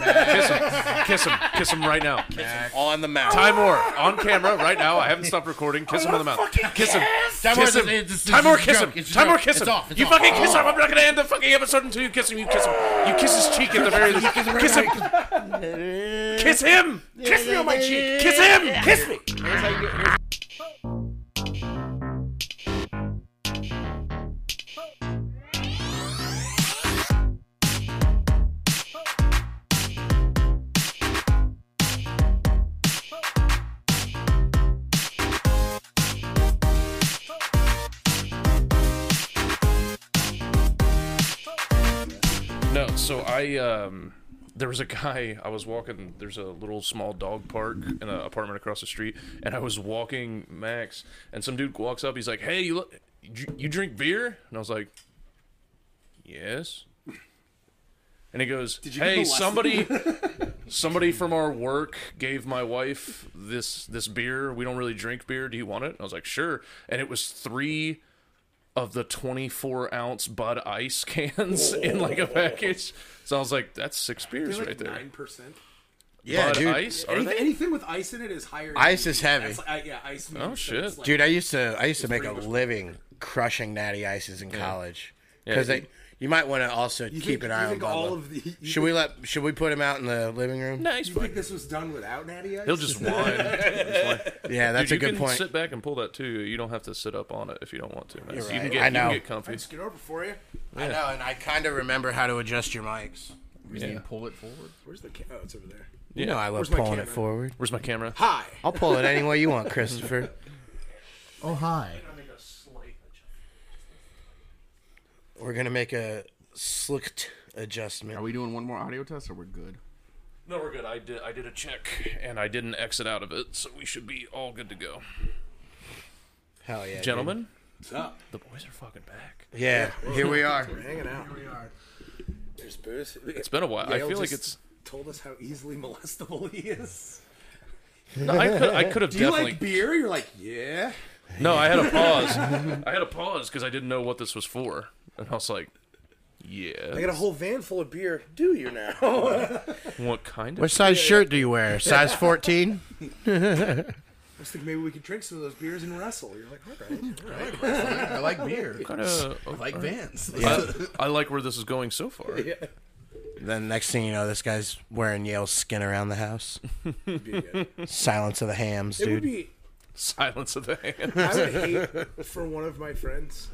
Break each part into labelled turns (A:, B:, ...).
A: Kiss him. Kiss him. Kiss him right now.
B: on the mouth.
A: Time Moore on camera right now. I haven't stopped recording. Kiss him in the mouth. Kiss him. Kiss
C: Time
A: him.
C: Moore doesn't- it's- it's-
A: Time
C: it's
A: Moore,
C: a
A: kiss
C: joke.
A: him.
C: It's a
A: Time Moore,
C: joke.
A: kiss him.
C: It's off. It's
A: You
C: off. Oh.
A: fucking kiss him. I'm not gonna end the fucking episode until you kiss him. You kiss him. You kiss his cheek at the very least. Kiss him. Kiss him. Kiss me on my cheek. Kiss him. Kiss me. No, so I um there was a guy I was walking there's a little small dog park in an apartment across the street and I was walking Max and some dude walks up he's like, "Hey, you look, you you drink beer?" And I was like, "Yes." And he goes,
D: give him a
A: "Hey,
D: lesson?"
A: somebody somebody from our work gave my wife this this beer. We don't really drink beer. Do you want it?" And I was like, "Sure." And it was 3 of the 24 ounce Bud Ice cans in like a package. So I was like, that's six beers right there.
D: Nine percent.
A: Bud
C: Yeah, dude.
A: Ice? Are they?
D: Anything with ice in it is higher. than
C: Ice is
D: beer.
C: heavy.
D: That's, I, yeah, ice. means
A: Oh,
D: that
A: shit.
D: it's like-
C: Dude, I used to I used to make a
D: pretty much-
C: living crushing natty ices in college because
A: Yeah.
C: they you might want to also
D: You
C: keep
D: think-
C: an
D: you
C: eye on
D: think all
C: Bubba.
D: of the- you
C: should we let should we put him out in the living room?
A: Nice.
D: You think this was done without Natty Ice?
A: He'll just whine. That's fine.
C: Yeah, that's
A: Dude,
C: a
A: you
C: good
A: can
C: point.
A: sit back and pull that too. You don't have to sit up on it if you don't want to. Man. You
C: right.
A: can get,
C: I
A: You
C: know.
A: can get comfy.
D: Just get over for you.
C: I know, and I kind of remember how to adjust your mics.
E: You need to pull it forward.
D: Where's the ca- Oh, it's over there.
C: You know, I love
D: Where's my
C: pulling it
D: camera?
C: forward.
A: Where's my camera?
D: Hi.
A: Oh.
C: I'll pull it any way you want, Christopher.
E: Oh hi.
C: We're gonna make a slicked adjustment.
E: Are we doing one more audio test or we're good?
A: No, we're good. I did. I did a check and I didn't exit out of it, so we should be all good to go.
C: Hell yeah, dude.
A: Gentlemen,
D: What's up?
A: the boys are fucking back.
C: Yeah, here we are.
D: We're hanging out. Here we are. There's Bruce.
A: It's been a while. I
D: Yale
A: feel like it's.
D: just Told us how easily molestable he is.
A: No, I could. I could have
D: Do you
A: definitely.
D: like beer? You're like, yeah.
A: No, I had a pause. I had a pause because I didn't know what this was for, and I was like, "Yeah,
D: I got a whole van full of beer. Do you now?
A: what kind of?"
C: What size shirt do you wear? Size fourteen.
D: I was thinking maybe we could drink some of those beers and wrestle. You're like, all right.
E: I like beer.
A: Kind of,
E: I like Vans.
A: I, I like where this is going so far.
C: Then next thing you know, this guy's wearing Yale's skin around the house.
D: good.
C: Silence of the hams,
D: It would
C: dude.
D: be.
A: Silence of the hand.
D: I would hate for one of my friends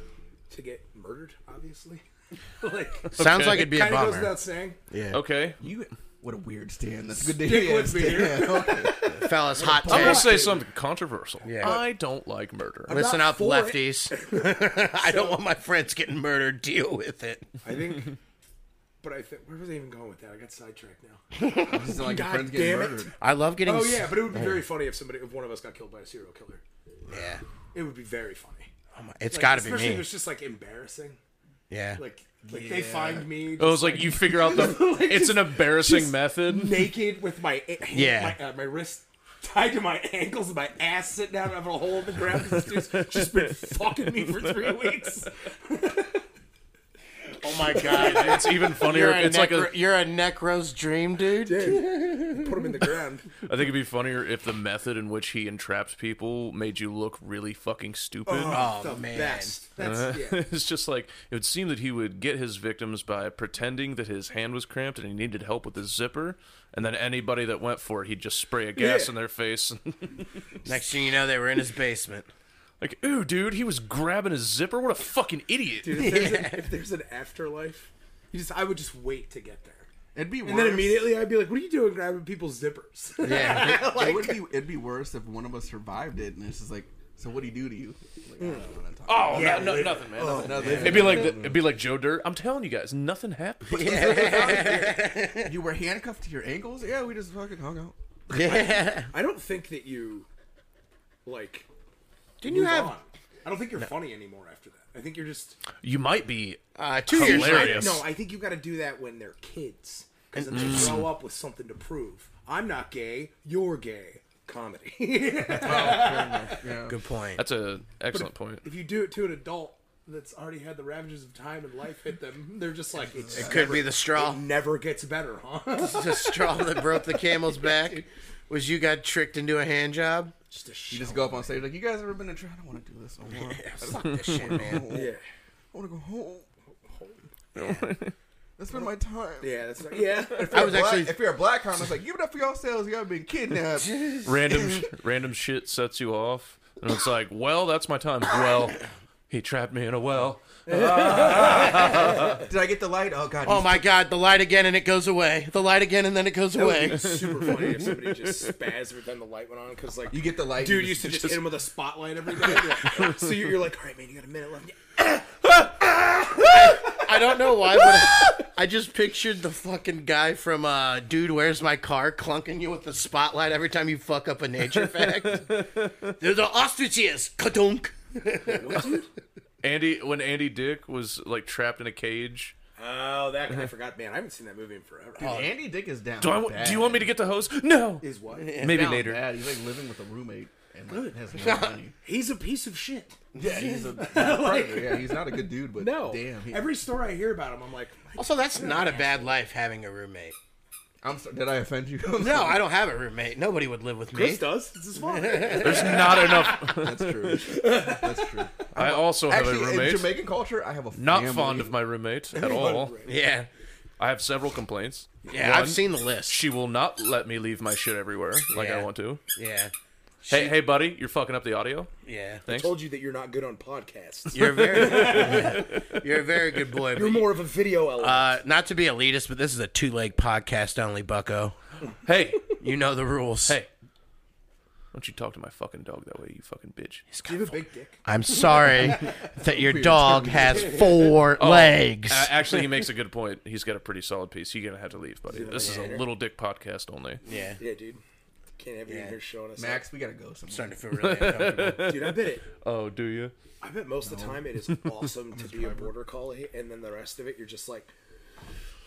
D: to get murdered. Obviously, like
C: Sounds
A: Okay.
C: like it'd be a
D: kind of goes
C: bummer.
D: without saying.
C: Yeah,
A: Okay,
E: You what a weird stand. That's a good
D: Stick
E: day.
D: with me here.
C: fellas, hot
A: I'm gonna
C: take.
A: say something controversial.
C: Yeah.
A: I don't like murder.
C: Listen
D: not
C: up,
D: for it.
C: lefties. I don't want my friends getting murdered. Deal with it.
D: I think. But I think where was I even going with that? I got sidetracked now.
E: It's not like your
D: God
E: friends getting
D: damn it.
E: murdered.
C: I love getting.
D: Oh
C: s-
D: yeah, but it would be very funny if somebody, if one of us got killed by a serial killer.
C: yeah.
D: It would be very funny.
C: Oh my- It's
D: Like,
C: got to be
D: especially if
C: me.
D: it's just like embarrassing.
C: Yeah.
D: Like, like they find me.
A: It was like you figure out the. it's an embarrassing method.
D: naked with my a- hand-
C: Yeah.
D: my, uh, my wrist tied to my ankles, my ass sitting down having a hole in the ground. 'cause This dude's just been fucking me for three weeks.
C: oh my god.
A: It's even funnier.
C: You're a,
A: It's like a.
C: necro- you're a necro's dream, dude.
D: Put him in the ground.
A: I think it'd be funnier if the method in which he entraps people made you look really fucking stupid.
D: Oh, the
C: man. Uh-huh.
D: best. That's yeah.
A: it's just like it would seem that he would get his victims by pretending that his hand was cramped and he needed help with his zipper, and then anybody that went for it, he'd just spray a gas
D: Yeah.
A: in their face.
C: Next thing you know, they were in his basement.
A: like, ooh, dude, he was grabbing his zipper. What a fucking idiot!
D: Dude, if there's, an, if there's an afterlife, you just I would just wait to get there.
E: It'd be worse.
D: And then immediately I'd be like, "What are you doing, grabbing people's zippers?"
C: Yeah.
E: it would be it'd be worse if one of us survived it and it's just like, so what'd he do to you? Like, I don't wanna talk about
A: Oh, no, no, nothing, man. nothing.
E: another thing.
A: It'd be like the, it'd be like Joe Dirt. I'm telling you guys, nothing happened.
E: you were handcuffed to your ankles? Yeah, we just fucking hung out.
C: yeah.
D: I don't think that you like.
C: Didn't you
D: move
C: have
D: on. I don't think you're funny anymore after that. I think you're just
A: You might be.
C: uh, two years
A: Hilarious.
C: later?
A: Yes.
D: No, I think you got to do that when they're kids because then they grow up with something to prove. I'm not gay. You're gay. Comedy. if
C: Good point.
A: That's a excellent point.
D: you do it to an adult, that's already had the ravages of time and life hit them, they're just like it's
C: It could be the straw.
D: never gets better, huh?
C: the straw that broke the camel's back was you got tricked into a hand job.
D: just a
E: You
D: shit.
E: just go up on stage like, you guys ever been to try? I don't want to do this. I want
C: Yeah, fuck this shit, man.
D: Yeah.
E: to go home. That's been my time.
D: Yeah, that's not, yeah.
C: I was
E: Black-
C: actually
E: if you're a black comic, it's like, give it up for yourselves. You got been kidnapped.
A: Random sh- random shit sets you off, and it's like, well, that's my time. Well, he trapped me in a well.
E: Did I get the light? Oh god.
C: Oh my god, the light again and it goes away. The light again and then it goes away.
D: It's super funny if somebody just spazzed every time the light went on because like
E: You get the light.
D: dude
E: you
D: used to just,
A: just-
D: hit him with a spotlight every day. Yeah. so you're, you're like, all right, man, you got a minute left.
C: I don't know why, but I, I just pictured the fucking guy from uh, Dude, Where's My Car clunking you with the spotlight every time you fuck up a nature fact. There's the ostriches. Kadunk.
A: Andy, when Andy Dick was like trapped in a cage.
D: Oh, that I forgot, man. I haven't seen that movie in forever. Oh,
E: Andy Dick is down.
A: Do I? wa- Do you want me to get the hose? No.
D: Is what?
A: Maybe later.
E: Bad. He's like living with a roommate and like, has no money.
D: He's a piece of shit.
E: Yeah, he's a yeah. He's not a good dude, but
D: No,
E: damn. He,
D: Every story I hear about him, I'm like,
C: Also, that's not a bad life having a roommate.
E: I'm sorry. Did I offend you? I'm
C: No,
E: sorry.
C: I don't have a roommate. Nobody would live with me.
D: this does. This is fun.
A: There's not enough.
E: That's true. That's true.
A: I also have
E: Actually,
A: a
E: in
A: roommate.
E: Jamaican culture, I have a
A: Not
E: family.
A: fond of my roommate at all.
C: Yeah.
A: I have several complaints.
C: Yeah,
A: One,
C: I've seen the list.
A: She will not let me leave my shit everywhere like I
C: Yeah.
A: want to.
C: Yeah.
A: Hey, hey, buddy, you're fucking up the audio.
C: Yeah.
A: Thanks.
D: Told you that you're not good on podcasts.
C: You're a very You're a very good boy.
D: You're
C: But,
D: more of a video element.
C: uh, not to be elitist, but this is a two leg podcast only, Bucko.
A: Hey,
C: You know the rules.
A: hey, don't you talk to my fucking dog that way, you fucking bitch.
D: Do you have a big dick?
C: I'm sorry that your dog has four legs.
A: Uh, actually, he makes a good point. He's got a pretty solid piece. You're gonna have to leave, buddy. This is a little dick podcast only.
C: yeah.
D: Yeah, dude. Can't have you in here showing us.
E: Max. We gotta go somewhere.
C: Starting to feel really uncomfortable.
D: that. Dude, I bet it.
A: Oh, do you?
D: I bet most of the time it is awesome to be a border collie, and then the rest of it, you're just like,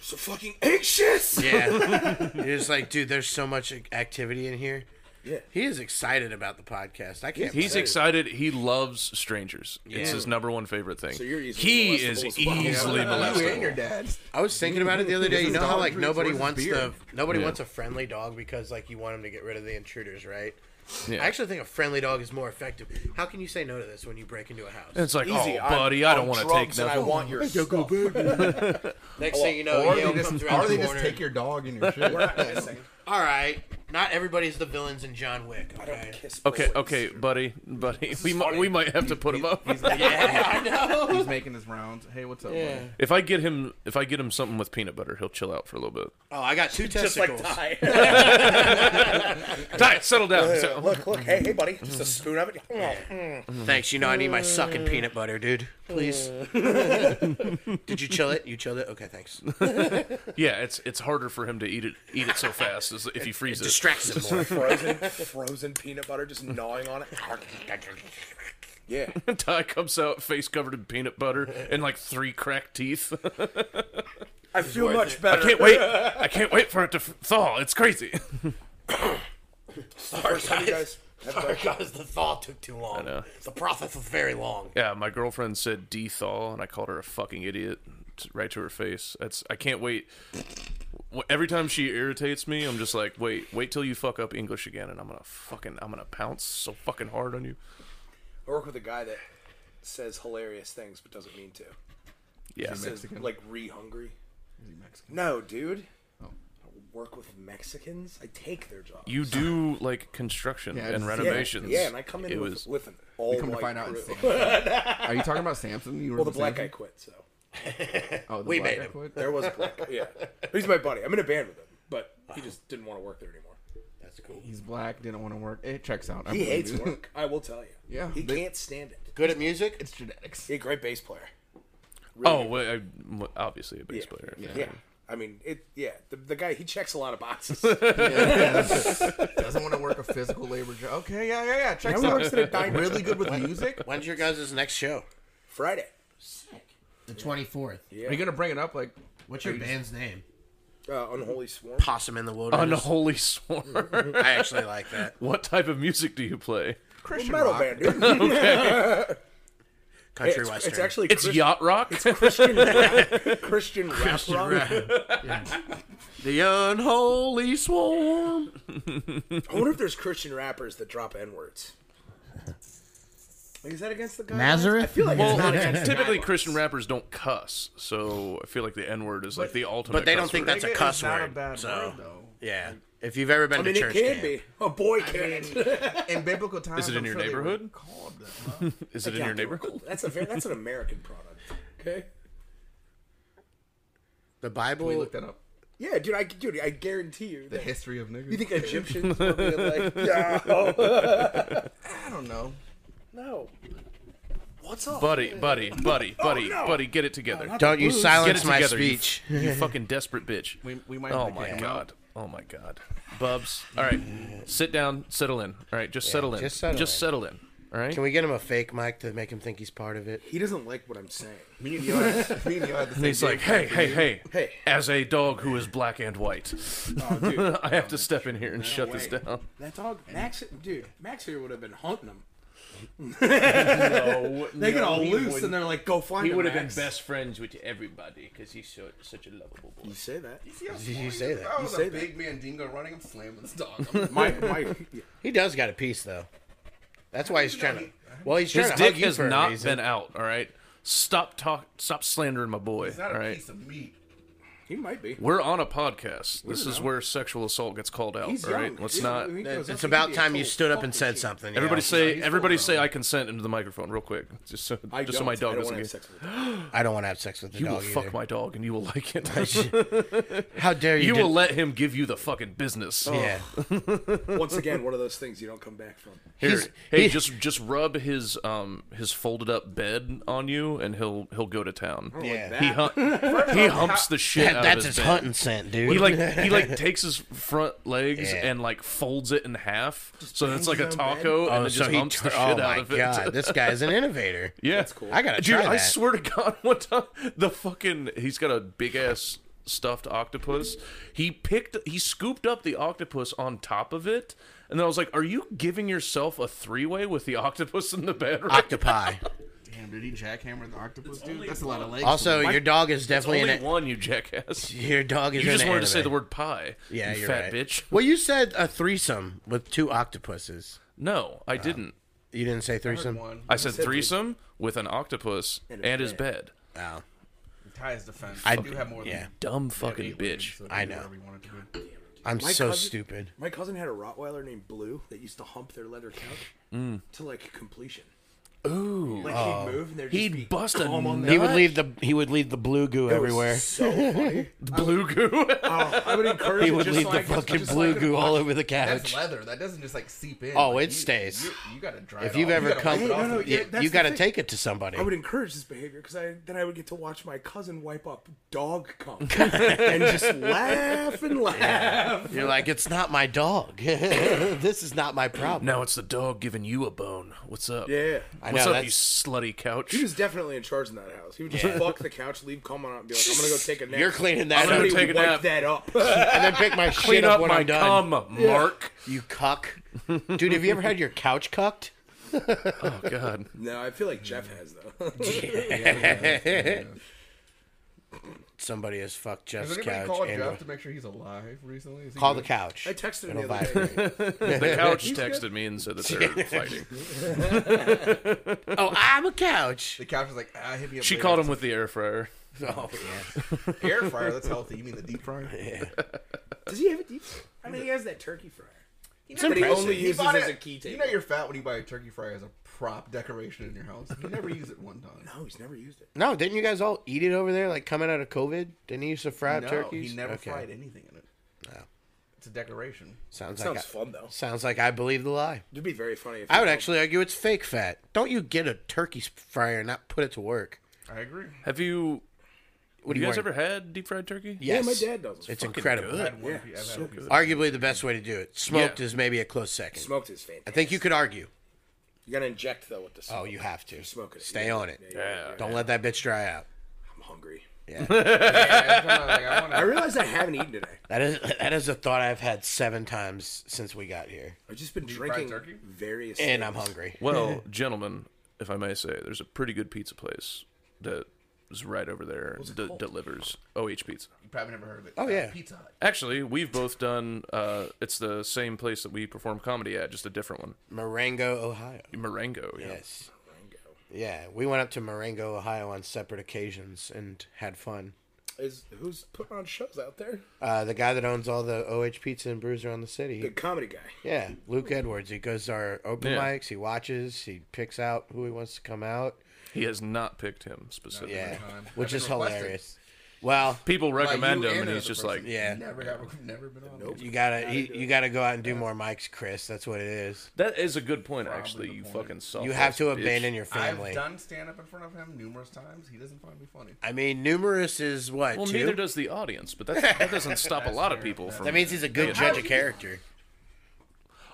D: so fucking anxious.
C: Yeah. You're just like, dude, there's so much activity in here.
D: Yeah.
C: He is excited about the podcast. I can't.
A: He's
C: believe-
A: excited. He loves strangers. It's
C: Yeah.
A: his number one favorite thing.
D: So you're easily
A: he
D: molestable
A: is
D: as well. Yeah.
A: easily
E: Uh, You and
A: molestable.
E: your dad's.
C: I was thinking about it the other day.
E: This
C: You
E: is
C: know how
E: dog
C: like
E: treats
C: nobody
E: versus
C: wants
E: beer.
C: the nobody
A: Yeah.
C: wants a friendly dog because like you want them to get rid of the intruders, right?
A: Yeah.
C: I actually think a friendly dog is more effective. How can you say no to this when you break into a house?
A: It's like,
D: Easy.
A: oh, buddy, I
D: I'm
A: don't
D: on
A: want to take
D: drugs and
A: that.
D: I want your stuff.
C: Next thing you know,
E: Or
C: Yale
E: they just,
C: comes
E: or
C: around the
E: they just
C: corner.
E: take your dog and your shit.
D: We're not kissing.
C: All right, not everybody's the villains in John Wick.
D: I don't
C: Okay.
D: kiss.
A: Okay,
D: boys.
A: okay, buddy, buddy, we might we might have to put him up.
C: Yeah, I know.
E: He's making his rounds. Hey, what's up?
C: Yeah.
E: buddy?
A: If I get him, if I get him something with peanut butter, he'll chill out for a little bit.
C: Oh, I got two
D: Just like
C: testicles.
D: die.
A: Ty, settle down. settle-
D: look, look, hey, hey, buddy, just a spoon of it.
C: Thanks. You know I need my sucking peanut butter, dude. Please. Did you chill it? You chilled it. Okay, thanks. It
A: Yeah, it's it's harder for him to eat it eat it so fast as if he freezes. it.
C: distracts him more.
D: frozen, frozen peanut butter, just gnawing on it. Yeah,
A: Ty comes out face covered in peanut butter and like three cracked teeth.
D: I feel much better.
A: I can't wait. I can't wait for it to f- thaw. It's crazy.
C: Sorry,
D: guys.
C: guys. Sorry, guys. The thaw took too long.
A: know.
C: The process was very long.
A: Yeah, my girlfriend said de-thaw, and I called her a fucking idiot t- right to her face. That's I can't wait. W- Every time she irritates me, I'm just like, wait, wait till you fuck up English again, and I'm gonna fucking, I'm gonna pounce so fucking hard on you.
D: I work with a guy that says hilarious things but doesn't mean to.
A: Yeah,
D: Says
E: Mexican?
D: like re-hungry.
E: Is he Mexican? Oh.
D: No, dude. I work with Mexicans. I take their job.
A: you do like construction
E: Yeah,
A: and
E: it's-
D: yeah,
A: renovations.
D: Yeah, and I come in
A: It
D: with,
A: was
D: with an all
E: Come
D: white
E: to find out, it's
D: crew.
E: Samson. are you talking about Samson? You were
D: Well, the
E: with
D: black guy
E: Samson?
D: quit, so
E: Oh, the
C: We
E: black
C: made
E: guy
C: him.
E: quit?
D: there was a black guy. Yeah, he's my buddy. I'm in a band with him, Uh-huh. but he just didn't want to work there anymore.
C: That's cool.
E: He's black. Didn't want to work. It checks out. I'm
D: He hates
E: dude.
D: work. I will tell you.
E: Yeah,
D: he
E: they-
D: can't stand it.
C: Good at music.
E: It's genetics.
D: He's a great bass player.
A: oh, well, I, well, obviously a bass
D: Yeah.
A: player.
D: Yeah. I mean, it. Yeah, the, the guy he checks a lot of boxes.
E: Doesn't want to work a physical labor job. Okay, yeah, yeah, yeah. Checks
D: Now he
E: out.
D: works at a diner.
E: Really good with music.
C: When's your guys' next show?
D: Friday.
C: The twenty fourth.
E: Are you gonna bring it up? Like,
C: What's your band's name?
D: Uh, Unholy Swarm.
C: Possum in the Wilderness.
A: Unholy swarm.
C: I actually like that.
A: what type of music do you play?
E: Christian
D: Metal
E: rock.
D: band, dude.
C: country
D: it's,
C: western.
D: it's actually
A: It's
D: Christ-
A: yacht rock.
D: Christian rap, Christian rap rock.
C: the unholy swarm.
D: I wonder if there's Christian rappers that drop n words. Like, is that against the guy?
B: Nazareth?
D: I feel like
A: well,
D: it's not
A: like,
D: against the
A: typically
D: guidelines.
A: Christian rappers don't cuss, so I feel like the N word is like the ultimate.
C: But they don't
A: cuss
C: think
A: word.
C: that's a cuss
E: it's not
C: word.
E: a bad
C: so
E: word though.
C: yeah, if you've ever been
D: I
C: to
D: mean, it
C: church
D: can
C: camp,
D: be. A boy can.
E: In biblical times,
A: it in
E: I'm
A: your
E: sure they were
A: neighborhood?
E: Called that.
A: Is it in your neighborhood?
D: That's a very, that's an American product. Okay.
C: the
E: We
C: Bible.
E: looked that up.
D: Yeah, dude. I dude. I guarantee you.
E: The
D: that-
E: history of niggas.
D: you think Egyptians were being like, no,
E: I don't know.
D: no. What's up,
A: Buddy, buddy, buddy, buddy,
D: Oh, no.
A: buddy, get it together.
C: Don't you
A: Get it
C: silence my
A: together, you
C: speech.
A: f- You, fucking desperate bitch.
E: We, we might.
A: oh
E: have to
A: my
E: kick him out.
A: god. Oh my god. Bubs. All right, sit down. Settle in. All right, just settle in.
C: just settle in.
A: settle in. All right.
C: Can we get him a fake mic to make him think he's part of it?
D: He doesn't like what I'm saying.
E: Me and you had, me and you had the same.
A: He's like, hey, hey, hey,
D: Hey.
A: As a dog who is black and white,
D: Oh, dude.
A: I have to step in here and shut
D: way.
A: this down.
D: That dog, Max, dude, Max here would have been hunting him.
A: No,
D: They get all loose and they're like, go find him. Max.
A: friends with everybody because he's so, such a lovable boy.
D: You say that.
E: Did
C: you say that?
E: I was
D: You say
E: a
D: that.
E: big man dingo running. I'm slamming this dog. I'm
D: My, my, yeah.
C: He does got a piece though. That's why he's trying to. Well, he's
A: His
C: trying to
A: dick
C: hug you
A: has
C: for a
A: not
C: reason.
A: been out. All right, stop talk. Stop slandering my boy.
E: It's
A: All
E: not a
A: right,
E: piece of meat.
D: he might be.
A: we're on a podcast. This is where sexual assault gets called out.
D: He's
A: all right,
D: young.
A: let's
D: He's-
A: not.
D: when he grows up,
C: It's
D: he
C: about
D: can be a
C: time you
D: total
C: stood up and
D: fucking
C: said
D: shit.
C: something.
A: Everybody
C: yeah.
A: say,
E: he's
A: everybody
E: full
A: say, I consent into the microphone real quick, just so,
D: I
A: just so my
D: don't. I
A: dog doesn't
D: don't wanna have
A: get.
D: sex with him.
C: I don't want to have sex with the
A: You will
C: dog
A: fuck
C: either.
A: my dog, and you will like it.
C: How dare you?
A: you
C: do-
A: will let him give you the fucking business.
C: Yeah.
D: Once again, one of those things you don't come back from.
A: Here,
C: He's-
A: hey,
C: he-
A: just just rub his um his folded up bed on you, and he'll he'll go to town.
C: Yeah.
D: Like
A: He
D: that.
A: hum- he humps the shit out
C: That's
A: of his
C: his
A: bed.
C: hunting scent, dude.
A: He like he like takes his front legs
C: Yeah.
A: and like folds it in half, so it's like a
D: bangs it on
A: taco, and
C: oh,
A: then
C: so
A: just
C: he.
A: humps
C: Tr-
A: the shit
C: oh
A: out
C: my
A: of it.
C: god, this guy's an innovator.
A: Yeah,
D: That's cool.
C: I gotta
A: Dude,
C: try
A: I
C: that.
A: swear to God, one time the fucking he's got a big ass stuffed octopus. He picked, he scooped up the octopus on top of it, and then I was like, "Are you giving yourself a three way with the octopus in the bed?" Right?
C: Octopi.
E: Damn, did he jackhammer the octopus, dude? That's a lot of legs.
C: Also, your dog is definitely
A: Only
C: an.
A: one, you jackass.
C: Your dog is.
A: You just
C: an
A: wanted to say
C: anime.
A: the word pie.
C: Yeah,
A: you
C: you're
A: fat
C: right.
A: bitch.
C: Well, you said a threesome with two octopuses.
A: No,
C: Oh.
A: I didn't.
C: You didn't say threesome.
E: one.
A: I said threesome with an octopus and, his bed.
C: Oh,
E: Tie his defense.
C: I
E: I do have more.
C: Yeah,
E: Than
A: Dumb fucking
E: eight women,
A: bitch.
E: so
C: I
E: do
C: know.
E: whatever you want it to be.
C: I'm so
D: cousin-
C: stupid.
D: My cousin had a Rottweiler named Blue that used to hump their leather couch to like completion. Ooh, like he'd move and there'd just be
A: He'd bust a
D: calm on
A: nut.
D: that.
C: He would leave the he would leave the blue goo
D: It was
C: everywhere.
D: So funny.
A: blue goo.
D: Oh, I would encourage.
C: He
D: it
C: would
D: just
C: leave
D: so I
C: the
D: could-
C: fucking
D: just
C: blue
D: so I
C: goo
D: could-
C: all over the
E: That's
C: couch.
E: leather. That doesn't just like seep in.
C: Oh,
E: Like,
C: it
E: you-
C: stays.
E: You, you gotta dry.
C: If
E: it
C: you've
E: off.
C: ever
E: You gotta
C: come,
E: wipe it off
D: No, no,
E: with-
D: yeah,
C: you,
D: that's
C: you
D: the
C: gotta
D: thing.
C: take it to somebody.
D: I would encourage this behavior because I then I would get to watch my cousin wipe up dog cum and just laugh and laugh.
C: You're like, it's not my dog. this is not my problem.
A: Now it's the dog giving you a bone. What's up?
D: Yeah.
C: I
A: What's
C: know,
A: up, you
C: that's-
A: slutty couch?
D: He was definitely in charge in that house. He would just fuck the couch, leave cum on it, and be like, "I'm gonna go take a nap."
C: You're cleaning that
A: gonna
C: up,
D: Somebody
A: take a
D: wipe
A: nap.
D: that up.
C: and then pick my shit
A: Clean
C: up
A: up
C: when
A: my
C: I'm done.
A: cum, Mark.
C: You cuck, dude. Have you ever had your couch cucked?
A: Oh God.
D: no, I feel like Jeff has though.
C: Somebody has fucked
E: Has
C: Jeff's
E: anybody
C: couch.
E: called
C: and-
E: Jeff to make sure he's alive recently? Is he
C: Call the
E: good?
C: couch.
D: I texted him
C: It'll
D: the other
C: vibrate.
D: day.
A: The couch texted me and said that they're fighting.
C: Oh, I'm a couch.
E: The couch was like, ah, hit me up.
A: She
E: later.
A: called him with the air fryer.
C: Oh, yeah.
E: air fryer. That's healthy. You mean the deep fryer?
D: Does he have a deep? fryer? I mean, he has that turkey fryer.
C: It's
D: But he
C: impressive.
D: only uses
E: bought
D: it as
E: it-
D: a key table.
E: You know you're fat when you buy a turkey fryer as a prop decoration in your house. You never use it one time.
D: no, he's never used it.
C: No, didn't you guys all eat it over there? Like coming out of COVID, didn't you used to fry up
E: No,
C: turkeys?
E: he never
C: Okay.
E: fried anything in it.
C: No.
E: It's a decoration.
C: Sounds like
D: Sounds
C: I,
D: fun though.
C: sounds like I believe the lie.
D: It'd be very funny if
C: I would actually argue it's fake fat. Don't you get a turkey fryer and not put it to work?
E: I agree.
A: Have you?
C: What do
A: You
C: you
A: guys
C: want?
A: ever had deep fried turkey?
D: Yeah,
C: Yes.
D: my dad does.
C: It's
A: fucking
C: incredible.
A: good.
E: I've had one piece- I've had a piece of-
C: Arguably the best way to do it. Smoked
A: Yeah.
C: is maybe a close second.
D: smoked his fan.
C: I think you could argue.
D: You gotta inject though with the smoke.
C: Oh, you have to.
D: Smoke it.
C: Stay
D: Yeah.
C: on it.
D: Yeah, yeah, yeah.
C: Don't let that bitch dry out.
D: I'm hungry.
E: Yeah, it's kinda like, I wanna-
D: I realize I haven't eaten today.
C: That is that is a thought I've had seven times since we got here,
D: I've just been
E: fried
D: drinking
E: turkey?
D: various.
C: and I'm
D: things.
C: hungry.
A: Well, gentlemen, if I may say. There's a pretty good pizza place that is right over there that delivers OH Pizza.
E: You probably never heard of it.
C: Oh,
E: Uh,
C: yeah.
E: Pizza Hut.
A: Actually, we've both done. Uh, it's the same place that we perform comedy at, just a different one.
C: Marengo, Ohio.
A: Marengo. Yeah.
C: Yes. Yeah, we went up to Marengo, Ohio on separate occasions and had fun.
D: Is who's putting on shows out there?
C: Uh, the guy that owns all the OH pizza and brews around the city.
D: The comedy guy.
C: yeah, Luke Edwards. He goes to our open
A: Yeah.
C: mics. He watches. He picks out who he wants to come out.
A: He has not picked him specifically.
C: Yeah,
E: time.
C: which
E: I've
C: is
E: been requested.
C: hilarious. Well,
A: People
E: By you
A: recommend him, and
E: another
A: he's just
E: person.
A: like,
C: yeah,
E: Never got, never been on. Nope.
C: you gotta you, you gotta go out and do more mics, Chris. That's what it is.
A: "That is a good point, actually.
E: the
A: You
E: point.
A: fucking suck."
C: You have to
A: Oh, bitch."
C: abandon your
E: I've
C: family.
E: done stand up in front of him numerous times. He doesn't find me funny.
C: I mean, numerous is what
A: Well,
C: two.
A: neither does the audience, but that's, that doesn't stop a lot of people from.
C: that means he's a good
A: Yeah.
C: judge of character.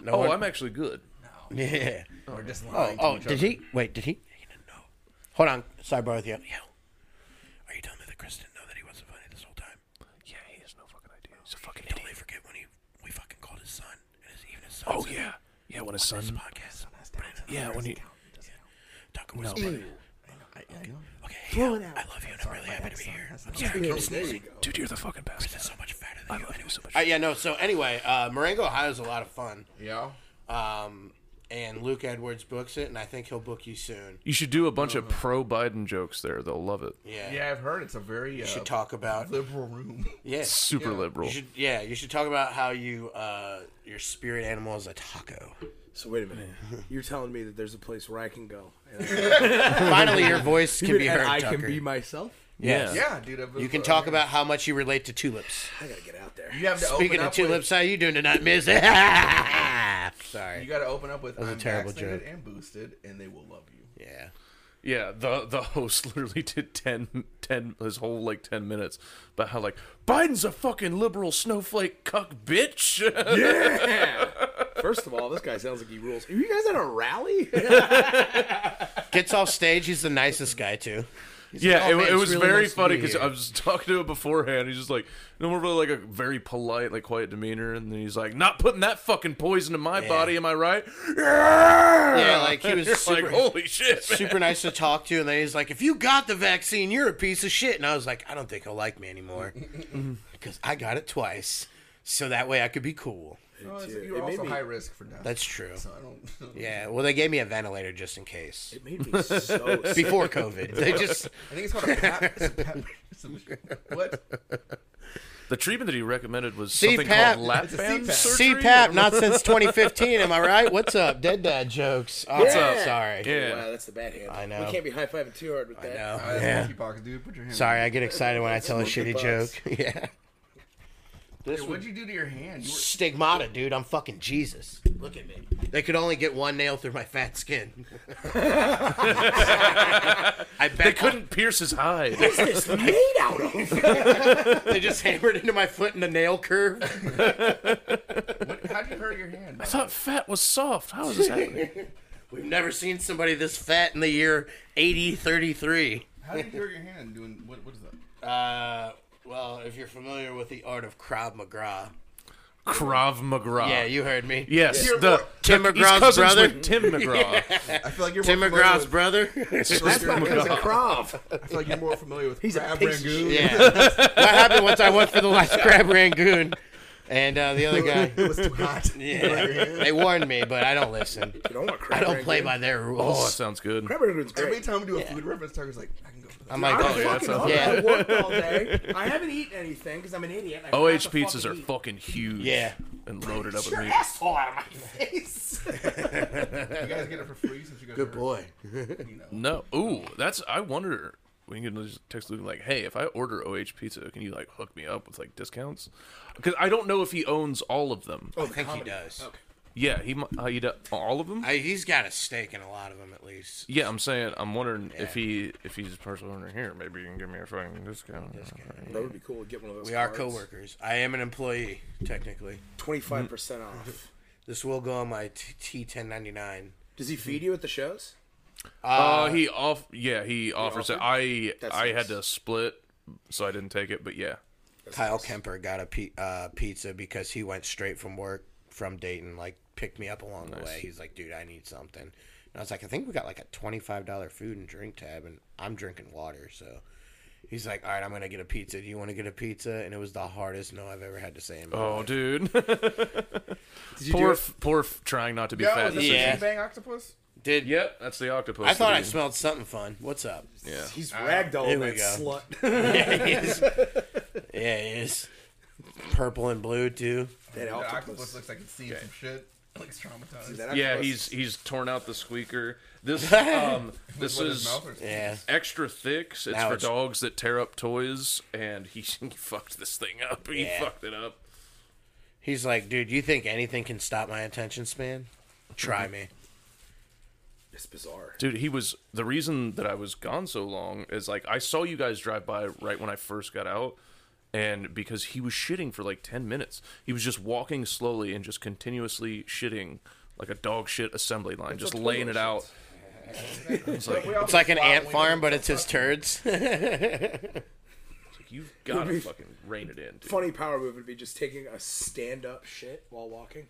C: No
A: Oh,
C: one-
A: I'm actually good.
C: yeah.
E: Or just
C: Oh,
E: lying. to
C: oh
E: each
C: did
E: other.
C: he? Wait, did he? He didn't know. Hold on. Sidebar with you. Yo, are you telling me that Chris didn't know that he wasn't funny this whole time?
A: Yeah, he has no fucking idea. He's a fucking
C: Totally forget when he we fucking called his son and his even his son.
A: Oh yeah, yeah. When his son,
C: podcast.
A: yeah, when he,
C: Talking
A: no,
C: with
A: but-
E: I, I know.
C: Okay,
D: Throw it out.
C: I love you and I'm really happy to be here. I'm sorry.
D: There you go.
A: dude, you're the fucking best.
C: so much fatter
A: I
C: than
A: love you so much.
C: Uh, yeah, no. So anyway, uh, Marengo, Ohio is a lot of fun,
E: Yeah.
C: um, and Luke Edwards books it, and I think he'll book you soon.
A: You should do a bunch of pro Biden jokes there. They'll love it.
C: Uh-huh. Yeah,
E: Yeah, I've heard it's a very uh,
C: You should talk about
E: liberal room.
C: yeah.
A: Super liberal.
C: You should, yeah, you should talk about how you uh, your spirit animal is a taco.
D: So wait a minute. You're telling me that there's a place where I can go and,
C: Finally, your voice can be
D: and
C: heard.
D: I
C: Tucker.
D: can be myself.
A: yeah.
E: yeah, dude. I've,
C: You can talk about how much you relate to tulips.
D: I gotta get out there.
E: You have to
C: Speaking
E: open
C: of
E: up with-
C: tulips, how you doing tonight, Miss?
E: You
C: Sorry.
E: got to open up with
C: was a
E: I'm
C: terrible
E: vaccinated
C: joke.
E: and boosted, and they will love you.
C: Yeah.
A: Yeah, the the host literally did 10, 10 his whole like ten minutes about how like Biden's a fucking liberal snowflake cuck bitch.
D: First of all, this guy sounds like he rules. Are you guys at a rally?
C: Gets off stage. He's the nicest guy too.
A: yeah,
C: like, "Oh,
A: it,
C: man,
A: it
C: it's
A: was
C: really
A: very
C: nice to
A: funny
C: be
A: because
C: here."
A: I was talking to him beforehand. He's just like normally like a very polite, like quiet demeanor, and then he's like, "Not putting that fucking poison in my body, am I right?" Yeah,
C: Yeah, like, he was
A: You're
C: super-
A: like, "Holy shit!" man."
C: super nice to talk to. And then he's like, "If you got the vaccine, you're a piece of shit." And I was like, "I don't think he'll like me anymore because I got it twice, so that way I could be cool."
E: No, it's-
D: too.
E: you're
D: It made
E: also
D: me-
E: high risk for death.
C: That's true.
E: so I don't.
C: Yeah. Well, they gave me a ventilator just in case
D: It made me so sick.
C: before COVID. They just
E: I think it's called a pap. it's a pap some shit. what? Uh,
A: The treatment that he recommended was something
C: CPAP.
A: called lap
E: It's a
A: band
E: CPAP.
A: surgery.
C: CPAP not since 2015. Am I right? What's up, dead dad jokes? Oh,
D: What's
C: I'm
D: up?
C: Sorry.
A: Yeah.
D: Wow, that's the bad hand.
C: I know.
D: We can't be high fiving too hard with
C: I
D: that.
C: know.
E: Uh,
C: Yeah.
E: monkeypox, dude. Put your hand.
C: Sorry, I get excited when I tell a shitty
D: bugs.
C: joke. Yeah.
E: Hey, what'd you do to your hand? You were,
C: Stigmata, dude. I'm fucking Jesus. Look at me. They could only get one nail through my fat skin. I bet
A: They couldn't pierce his eye.
D: What's this made out of?
C: They just hammered into my foot in the nail curve.
E: what, how'd you hurt your hand?
A: I thought fat was soft. How is this happening?
C: We've never seen somebody this fat in the year 8033.
E: How did you hurt your hand? Doing what? What is that?
C: Uh, well, if you're familiar with the art of Krav Maga.
A: Krav Maga.
C: Yeah, you heard me.
A: Yes,
E: You're
A: the
E: more-
C: Tim
A: the- he's
C: McGraw's
A: cousins
C: brother?
A: with Tim McGraw.
E: I feel like you're
C: Tim
E: more familiar
C: McGraw's
E: with-
C: brother.
D: That's not because of Krav.
E: I feel like you're more familiar with
D: He's a
E: crab
D: piece of
E: rangoon.
C: yeah. what happened once I went for the last crab Rangoon, and uh, the other guy.
E: It was too hot.
C: Yeah. they warned me, but I don't listen.
D: You don't want Krav.
C: I don't play by their
A: Oh, that
C: rules.
A: sounds good.
D: Krav Rangoon's great.
E: Every time we do a food reference, Tucker's like, I can go for that.
C: I'm like,
D: I'm
C: oh,
A: yeah,
D: fucking
A: sounds
D: hungry.
C: good.
D: I worked all day. I haven't eaten anything because I'm an idiot. and I
A: OH
D: forgot to
A: pizzas
D: fucking
A: are
D: eat.
A: fucking huge.
C: Yeah.
A: And loaded up with
D: Get your
A: meat.
D: asshole out of my face.
E: You guys get it for free since you guys
C: good
E: are-
C: boy.
E: You know.
A: No. Ooh, that's. I wonder. We can just text Luke like, "Hey, if I order OH pizza, can you like hook me up with like discounts?" Because I don't know if he owns all of them.
C: I think he does.
A: Yeah, he. mi- Uh, he do, all of them.
C: I, he's got a stake in a lot of them, at least.
A: yeah, I'm saying. I'm wondering if he if he's a personal owner here. Maybe you can give me a fucking discount.
D: That would be cool to get one of those.
C: We are coworkers. I am an employee, technically.
D: Twenty-five percent
C: Mm-hmm.
D: off.
C: This will go on my T ten ninety nine.
D: Does he feed you at the shows?
A: Uh, he off. Yeah, he offers it. I
D: That's
A: I
D: nice.
A: had to split, so I didn't take it. But yeah,
C: Kyle Kemper got a pi- uh, pizza because he went straight from work from Dayton, like picked me up along the way. He's like, dude, I need something. And I was like, I think we got like a twenty-five dollar food and drink tab, and I'm drinking water. So he's like, All right, I'm gonna get a pizza. Do you want to get a pizza? And it was the hardest no I've ever had to say. In my
A: Oh,
C: life.
A: dude.
E: Did you
A: poor,
E: do it?
A: f- poor, f- trying not to be
E: Yo,
A: fat.
E: is this
C: Yeah.
E: a Bang octopus?
C: did
A: Yep, that's the octopus.
C: I thought I
A: dude.
C: smelled something fun. What's up?
A: Yeah.
D: He's
C: There
D: ragdolling
C: we
D: that
C: go.
D: slut.
C: yeah, it is. Yeah, it is. Purple and blue too.
D: that
E: The
D: octopus.
E: octopus looks like it's seen some shit. Looks traumatized.
D: that
A: Yeah,
D: octopus-
A: he's he's torn out the squeaker. This um this
E: What, his
A: is
E: mouth or-
C: Yeah.
A: extra thick. It's
C: Now
A: for
C: it's-
A: dogs that tear up toys, and he, he fucked this thing up. He
C: Yeah.
A: fucked it up.
C: He's like, dude, you think anything can stop my attention span? Try me.
D: It's bizarre.
A: Dude, he was the reason that I was gone so long is like I saw you guys drive by right when I first got out, and because he was shitting for like ten minutes, he was just walking slowly and just continuously shitting like a dog shit assembly line, just laying it out. It's like,
C: It's like an ant farm, but it's his turds.
A: you've got to fucking rein it in. Dude.
D: Funny power move would be just taking a stand-up shit while walking.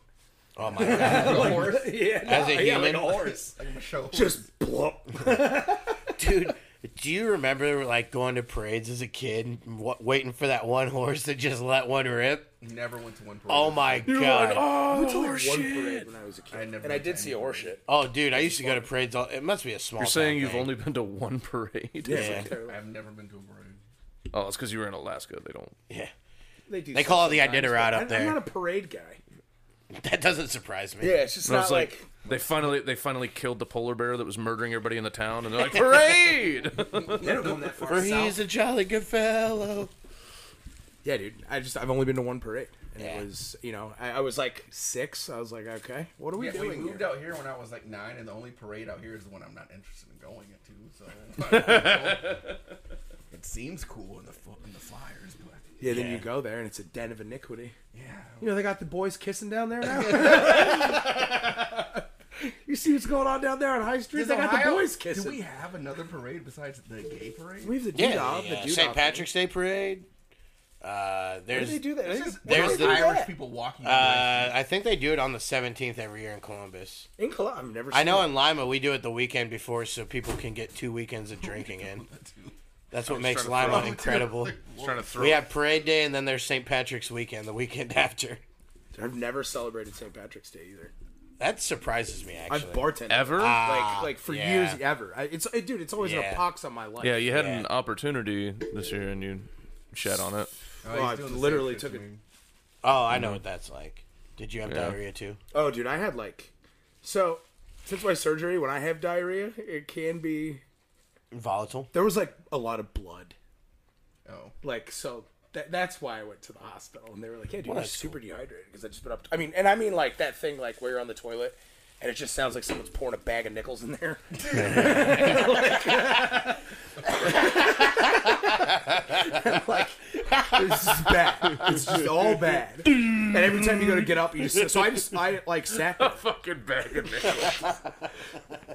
C: oh my god.
D: yeah,
C: As a
D: no, yeah, like
C: human?
D: a horse.
E: Show
D: Just blop.
C: Dude, do you remember like going to parades as a kid and wa waiting for that one horse to just let one rip?
E: never went to one. parade.
C: Oh my god.
A: oh,
D: One parade when I was a kid,
E: I never
D: and I
E: went
D: did
E: to
D: see
E: any
D: horse shit.
C: Oh dude, I used to go to parades all it must be a small
A: You're saying
C: town
A: you've
C: thing.
A: only been to one parade?
D: it's
C: Yeah.
D: terrible.
E: I've never been to a parade.
A: Oh, it's because you were in Alaska. They don't.
C: Yeah.
D: They, do
C: They call it the
D: sometimes,
C: Iditarod
D: but
C: up
D: I'm-
C: there.
D: I'm not a parade guy.
C: That doesn't surprise me.
D: Yeah, it's just
A: And I
D: not
A: was like,
D: like,
A: they finally they finally killed the polar bear that was murdering everybody in the town, and they're like parade.
D: they don't go that far
C: For
D: south.
C: he's a jolly good fellow.
D: Yeah, dude. I just I've only been to one parade, and
C: Yeah.
D: it was you know I, I was like six. I was like, okay, what are we
E: Yeah, we
D: doing?
E: moved
D: here?
E: out here when I was like nine, and the only parade out here is the one I'm not interested in going into. So it seems cool in the fo- in the flyers, but
D: Yeah, then you
C: Yeah.
D: go there, and it's a den of iniquity.
E: yeah,
D: You know they got the boys kissing down there now. you see what's going on down there on High Street?
E: Does
D: They got the
E: Ohio-
D: boys
E: Do we
D: kissing.
E: have another parade besides the gay parade?
D: We have the
C: Yeah,
D: doodah,
C: the, uh,
D: the
C: St.
D: doodah.
C: Patrick's Day parade. Uh,
D: Where
C: there's,
D: do they do that?
E: This
D: Is
E: is-
D: it-
E: where
D: where
E: are
D: do
C: there's
E: the
D: they do
E: Irish
D: that?
E: people walking.
C: uh, I think they do it on the 17th every year in Columbus.
D: in Col- I've never.
C: I
D: seen
C: know
D: it.
C: in Lima we do it the weekend before, so people can get two weekends of drinking in. That's what makes
A: trying to
C: Lima
A: throw-
C: incredible.
A: trying to throw.
C: We have parade day, and then there's St. Patrick's weekend the weekend after.
D: I've never celebrated St. Patrick's Day either.
C: That surprises me
D: I've
C: actually.
D: bartended
A: Ever?
C: Ah,
D: like like for
C: yeah.
D: years ever. I, it's it, dude. It's always
C: Yeah.
D: an pox on my life.
A: yeah, you had
C: Yeah.
A: an opportunity this year, and you shat on it.
D: Oh, I literally took it.
C: oh, I know what that's like. Did you have
A: Yeah.
C: diarrhea too?
D: Oh, dude, I had like, so since my surgery, when I have diarrhea, it can be
C: Volatile.
D: there was like a lot of blood,
E: Oh,
D: like so. That, that's why I went to the hospital, and they were like, "Yeah, dude,
C: Well,
D: I'm
C: that's
D: super dehydrated because I just been up." I mean, and I mean like that thing, like where you're on the toilet, and it just sounds like someone's pouring a bag of nickels in there. like, like, it's just bad. It's just all bad. And every time you go to get up, you just so I just I like sat there.
A: Fucking bag of nickels.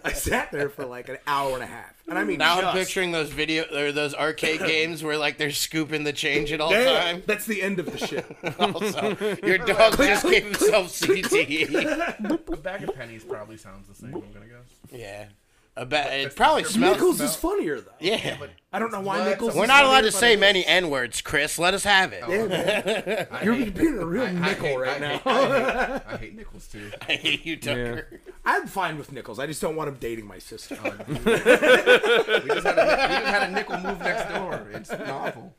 D: I sat there for like an hour and a half, and I mean
C: Now
D: just,
C: I'm picturing those video or those arcade games where like they're scooping the change at all
D: Yeah,
C: time.
D: That's the end of the shit.
C: Also, your dog just gave himself E. CTE.
E: a bag of pennies probably sounds the same. I'm gonna guess.
C: yeah, a ba- it probably smells.
D: Nichols is funnier though.
C: yeah,
D: I don't know why
E: What?
D: Nichols.
C: we're
D: is
C: not allowed
D: funnier,
C: to say many n words, Chris. Let us have it.
D: but You're being a real
E: I
D: nickel
E: hate-
D: right
E: I
D: now.
E: hate- I hate- I hate nickels too.
C: I hate you, Tucker.
D: I'm fine with Nichols. I just don't want him dating my sister.
E: We just had a, we just had a nickel move next door. It's novel.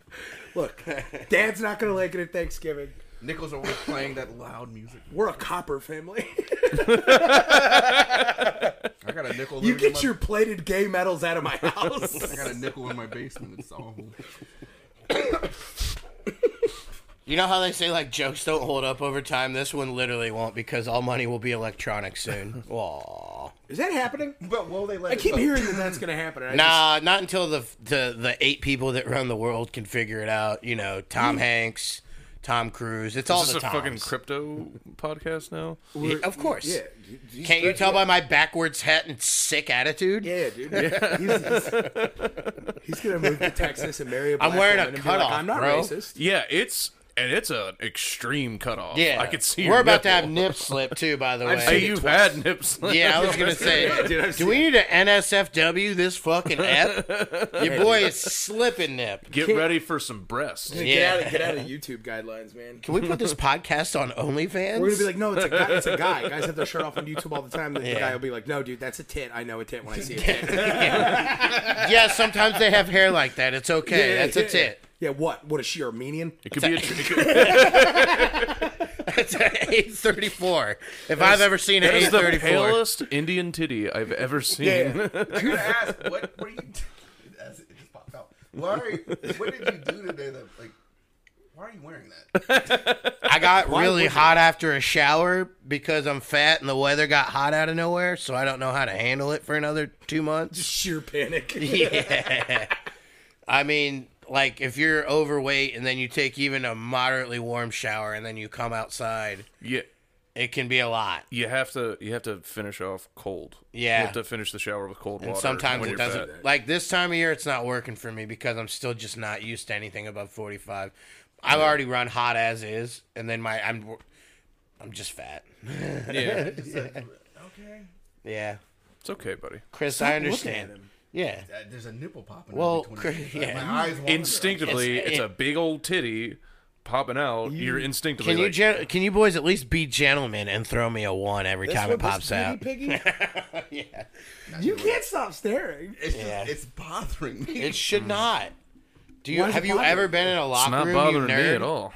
D: Look, Dad's not gonna like it at Thanksgiving.
E: Nickels are always playing that loud music.
D: We're a copper family.
E: I got a nickel.
D: you
E: living in
D: get
E: my-
D: your plated gay medals out of my
E: I
D: house.
E: got a nickel in my basement. It's awful.
C: You know how they say like jokes don't hold up over time. This one literally won't because all money will be electronic soon. Aw.
D: Is that happening?
E: But will they let?
D: I keep hearing that that's gonna happen. and I just-
C: Nah, not until the, the the eight people that run the world can figure it out. You know, Tom Hanks, Tom Cruise. It's all
A: Is this
C: the
A: a fucking
C: time.
A: crypto podcast now?
C: Yeah, of course.
D: Yeah. d- d-
C: Can't you tell by my backwards hat and sick attitude?
D: Yeah, dude. He's, he's, he's gonna move to Texas and marry a black
C: I'm wearing a
D: woman and be like,
C: cutoff,
D: I'm not
C: bro."
D: racist.
A: Yeah, it's and it's an extreme cutoff.
C: Yeah,
A: I could see.
C: We're
A: your
C: about to
A: nipple.
C: have nip slip too, by the way.
A: Hey, you've had nip slip.
C: Yeah, I was gonna say.
D: dude, I've
C: do we need to NSFW this fucking app? Your boy is slipping nip.
A: Get ready for some breasts.
D: Get out
C: Yeah.
D: of get out of YouTube guidelines, man.
C: Can we put this podcast on OnlyFans?
D: We're gonna be like, no, it's a guy. It's a guy. Guys have their shirt off on YouTube all the time. and The
C: Yeah.
D: guy will be like, no, dude, that's a tit. I know a tit when I see a tit.
C: yeah, sometimes they have hair like that. It's okay. That's a tit.
D: Yeah, what? What is she Armenian?
A: It could be a. tr- it could-
C: That's an 834. If I've ever seen an
A: That is the
C: 834.
A: palest Indian titty I've ever seen.
E: I gotta ask, what were you? As it just popped out. Why? Are you, what did you do today? That like, why are you wearing that?
C: I got really hot after a shower because I'm fat and the weather got hot out of nowhere, so I don't know how to handle it for another two months.
D: Sheer panic.
C: I mean, like if you're overweight and then you take even a moderately warm shower and then you come outside,
A: Yeah.
C: it can be a lot.
A: You have to you have to finish off cold.
C: Yeah.
A: you have to finish the shower with cold
C: And
A: water.
C: sometimes
A: when
C: it
A: you're
C: doesn't.
A: fat.
C: Like this time of year, it's not working for me because I'm still just not used to anything above 45. I've already run hot as is, and then my I'm I'm just fat.
A: Yeah,
E: Just like, okay.
C: Yeah,
A: it's okay, buddy.
C: Chris, I understand. Yeah,
E: Uh, There's a nipple popping.
C: Well,
E: out between
C: cr- yeah.
E: my eyes. water.
A: Instinctively,
C: It's-
A: it's, a big old titty popping out. You're instinctively
C: can you
A: like,
C: gen- can you boys at least be gentlemen and throw me a one every time it pops out?
D: Piggy? You can't stop staring.
E: It's, just-
C: Yeah.
E: it's bothering me.
C: It should not. Do you
D: Why is it
C: have you
D: bothering
C: ever been in a
A: it's
C: locker
A: not
C: room?
A: bothering
C: you
A: me
C: nerd?
A: at all.